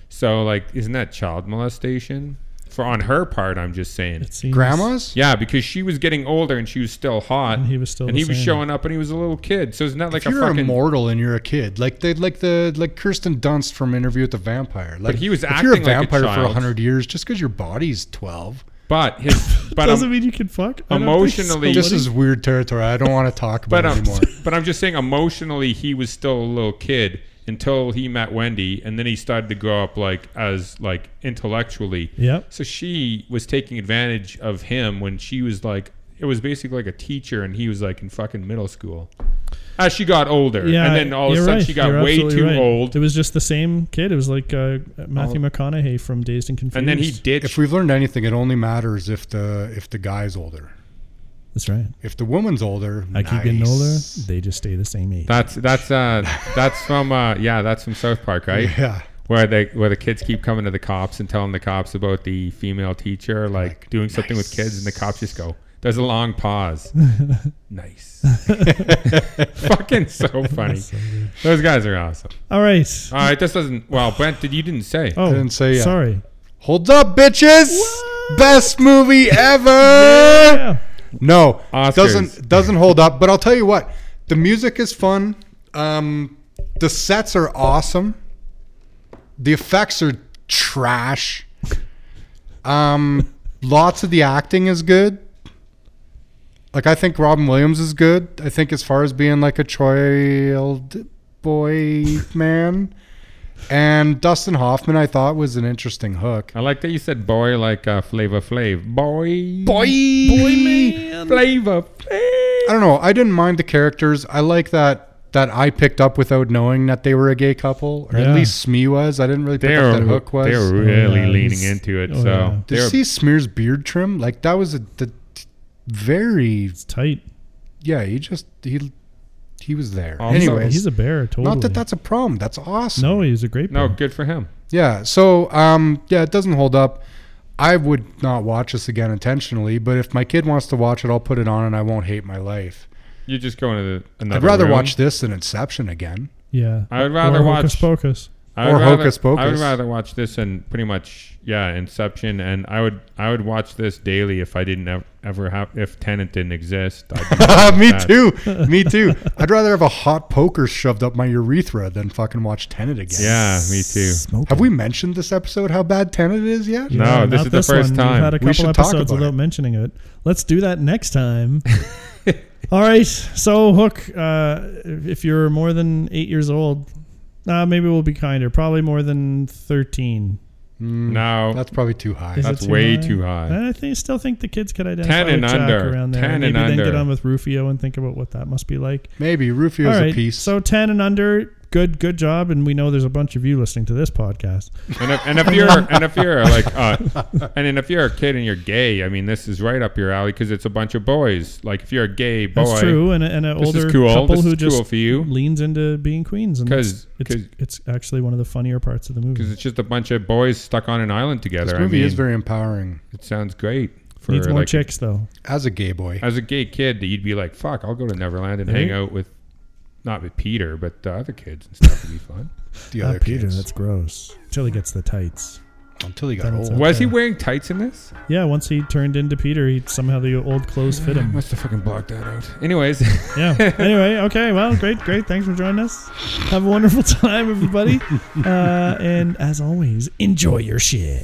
Speaker 2: So like isn't that child molestation? For on her part, I'm just saying.
Speaker 1: It seems
Speaker 3: Grandmas?
Speaker 2: Yeah, because she was getting older and she was still hot.
Speaker 1: And he was still
Speaker 2: and
Speaker 1: the
Speaker 2: he was
Speaker 1: same.
Speaker 2: showing up and he was a little kid. So it's not like
Speaker 3: if
Speaker 2: a
Speaker 3: you're
Speaker 2: fucking
Speaker 3: immortal and you're a kid, like they like the like Kirsten Dunst from Interview with the Vampire. Like
Speaker 2: he was
Speaker 3: if you're a
Speaker 2: acting like a
Speaker 3: vampire for
Speaker 2: child.
Speaker 3: hundred years, just because your body's twelve.
Speaker 1: *laughs*
Speaker 2: but his but
Speaker 1: doesn't
Speaker 2: um,
Speaker 1: mean you can fuck. I don't think
Speaker 2: emotionally-
Speaker 1: so.
Speaker 3: This is weird territory. I don't want to talk about
Speaker 2: But
Speaker 3: it
Speaker 2: um,
Speaker 3: anymore.
Speaker 2: *laughs* but I'm just saying, emotionally, he was still a little kid until he met Wendy, and then he started to grow up like as like intellectually.
Speaker 1: Yep.
Speaker 2: So she was taking advantage of him when she was like, it was basically like a teacher, and he was like in fucking middle school. As she got older,
Speaker 1: Yeah,
Speaker 2: and then all of a
Speaker 1: you're
Speaker 2: sudden
Speaker 1: right.
Speaker 2: she got
Speaker 1: You're
Speaker 2: way
Speaker 1: absolutely
Speaker 2: too
Speaker 1: right.
Speaker 2: old,
Speaker 1: It was just the same kid. It was like uh, Matthew McConaughey from Dazed and Confused.
Speaker 2: and then he
Speaker 3: If
Speaker 2: ditched.
Speaker 3: we've learned anything, it only matters if the if the guy's older.
Speaker 1: That's right.
Speaker 3: If the woman's older,
Speaker 1: I keep getting
Speaker 3: nice.
Speaker 1: older. They just stay the same age.
Speaker 2: that's that's uh that's from uh yeah that's from South
Speaker 1: *laughs*
Speaker 2: Park right
Speaker 3: Yeah.
Speaker 2: where they where the kids keep coming to the cops and telling the cops about the female teacher like,
Speaker 3: Like,
Speaker 2: doing something with
Speaker 3: nice.
Speaker 2: kids and the cops just go there's a long
Speaker 3: *laughs*
Speaker 2: pause nice *laughs*
Speaker 1: *laughs*
Speaker 2: fucking so funny those guys are awesome
Speaker 1: All right.
Speaker 2: all right this doesn't well brent did you didn't say
Speaker 1: Oh,
Speaker 3: didn't say
Speaker 2: *laughs*
Speaker 3: yet.
Speaker 1: sorry.
Speaker 3: Holds up, bitches.
Speaker 1: What?
Speaker 3: Best movie ever.
Speaker 1: Yeah.
Speaker 3: No,
Speaker 2: Oscars.
Speaker 3: doesn't doesn't hold up. But I'll tell you what, the music is fun. Um, the sets are awesome. The effects are trash. Um, lots of the acting is good. Like I think Robin Williams is good. I think as far as being like a child boy man, and Dustin Hoffman, I thought was an interesting hook.
Speaker 2: i like that you said boy like uh flavor flav boy
Speaker 3: Boy, boy man.
Speaker 2: flavor flav
Speaker 3: I don't know. I didn't mind the characters. I like that that I picked up without knowing that they were a gay couple, or
Speaker 1: Yeah.
Speaker 3: at least Smee was. I didn't really pick
Speaker 2: they
Speaker 3: up
Speaker 2: were,
Speaker 3: that Hook was. Oh,
Speaker 2: they were really
Speaker 1: yeah,
Speaker 2: leaning
Speaker 1: he's-
Speaker 2: into it
Speaker 1: oh,
Speaker 2: so
Speaker 1: yeah.
Speaker 3: Did you
Speaker 2: they're-
Speaker 3: see Smear's beard trim? Like that was a the, very
Speaker 1: It's tight.
Speaker 3: yeah. He just he he was there.
Speaker 2: Also,
Speaker 3: Anyways,
Speaker 1: He's a bear. Totally.
Speaker 3: not that that's a problem. That's awesome.
Speaker 1: No, he's a great
Speaker 2: no
Speaker 1: bear.
Speaker 2: good for him
Speaker 3: Yeah. So um, yeah, it doesn't hold up. I would not watch this again intentionally, but if my kid wants to watch it, I'll put it on and I won't hate my life.
Speaker 2: you just go into the, another
Speaker 3: I'd rather
Speaker 2: room.
Speaker 3: watch this than Inception again.
Speaker 1: Yeah.
Speaker 2: I would rather
Speaker 1: or
Speaker 2: watch-
Speaker 1: Hocus Pocus.
Speaker 2: I
Speaker 3: Or
Speaker 2: would rather-
Speaker 3: Hocus
Speaker 2: I would
Speaker 3: Pocus.
Speaker 2: rather watch this and pretty much yeah, Inception, and I would I would watch this daily if I didn't ev- ever have if Tenant didn't exist. I'd
Speaker 3: *laughs*
Speaker 2: be
Speaker 3: Ah, me
Speaker 2: that.
Speaker 3: too.
Speaker 1: *laughs*
Speaker 3: Me too. I'd rather have a hot poker shoved up my urethra than fucking watch Tenet again.
Speaker 2: yeah,
Speaker 3: *laughs*
Speaker 2: me too.
Speaker 1: Smoke.
Speaker 3: Have we mentioned this episode how bad Tenet is yet?
Speaker 2: No,
Speaker 1: Yeah,
Speaker 2: this
Speaker 1: not
Speaker 2: is the first
Speaker 1: one.
Speaker 2: time.
Speaker 1: We've had a
Speaker 3: We
Speaker 1: couple
Speaker 3: should talk
Speaker 1: episodes
Speaker 3: about
Speaker 1: without
Speaker 3: it.
Speaker 1: mentioning it. Let's do that next
Speaker 2: *laughs*
Speaker 1: time. All right. So Hook, uh, if if you're more than eight years old, uh, maybe we'll be kinder. Probably more than thirteen.
Speaker 2: No,
Speaker 3: That's probably too high.
Speaker 1: Is
Speaker 2: That's
Speaker 1: it too
Speaker 2: way
Speaker 1: high?
Speaker 2: too high.
Speaker 1: And I think, still think the kids could identify
Speaker 2: 10 and
Speaker 1: with Jack
Speaker 2: under.
Speaker 1: around there.
Speaker 2: 10 and
Speaker 1: Maybe then get
Speaker 2: under.
Speaker 1: on with Rufio and think about what that must be like.
Speaker 3: Maybe
Speaker 1: All
Speaker 3: Rufio's
Speaker 1: right.
Speaker 3: a piece.
Speaker 1: So ten and under. Good, good job. And we know there's a bunch of you listening to this podcast.
Speaker 2: and if, and if
Speaker 3: *laughs*
Speaker 2: you're and if you're like uh, and then if you're a kid and you're gay, I mean this is right up your alley because it's a bunch of boys. Like if you're a gay boy,
Speaker 1: That's true, and, a- and an
Speaker 2: Oh, This is
Speaker 1: older
Speaker 2: cool.
Speaker 1: couple
Speaker 2: This
Speaker 1: who
Speaker 2: is
Speaker 1: just
Speaker 2: cool for you.
Speaker 1: leans into being queens, and
Speaker 2: 'Cause-
Speaker 1: it's, it's
Speaker 2: 'cause-
Speaker 1: it's actually one of the funnier parts of the
Speaker 2: because
Speaker 1: movie.
Speaker 2: it's just a bunch of boys stuck on an island together.
Speaker 3: this
Speaker 2: I
Speaker 3: movie
Speaker 2: mean,
Speaker 3: is very empowering.
Speaker 2: it sounds great for
Speaker 1: Needs more
Speaker 2: like
Speaker 1: chicks though.
Speaker 3: As a gay boy,
Speaker 2: as a gay kid, you'd be like, "Fuck, I'll go to Neverland and hang
Speaker 1: Right.
Speaker 2: out with not with Peter, but the other kids and stuff would be fun."
Speaker 3: the other
Speaker 1: Ah, Peter,
Speaker 3: kids.
Speaker 1: that's gross. Until he gets the tights.
Speaker 3: until he got
Speaker 1: Then it's
Speaker 3: old.
Speaker 1: a-
Speaker 2: Was he
Speaker 1: Yeah.
Speaker 2: wearing tights in this?
Speaker 1: Yeah, once he turned into Peter, he somehow the old clothes fit him.
Speaker 2: Must have fucking blocked that out. Anyways, *laughs*
Speaker 1: Yeah. Anyway, okay. Well, great, great. Thanks for joining us. Have a wonderful *laughs* time, everybody. Uh, and as always, enjoy your shit.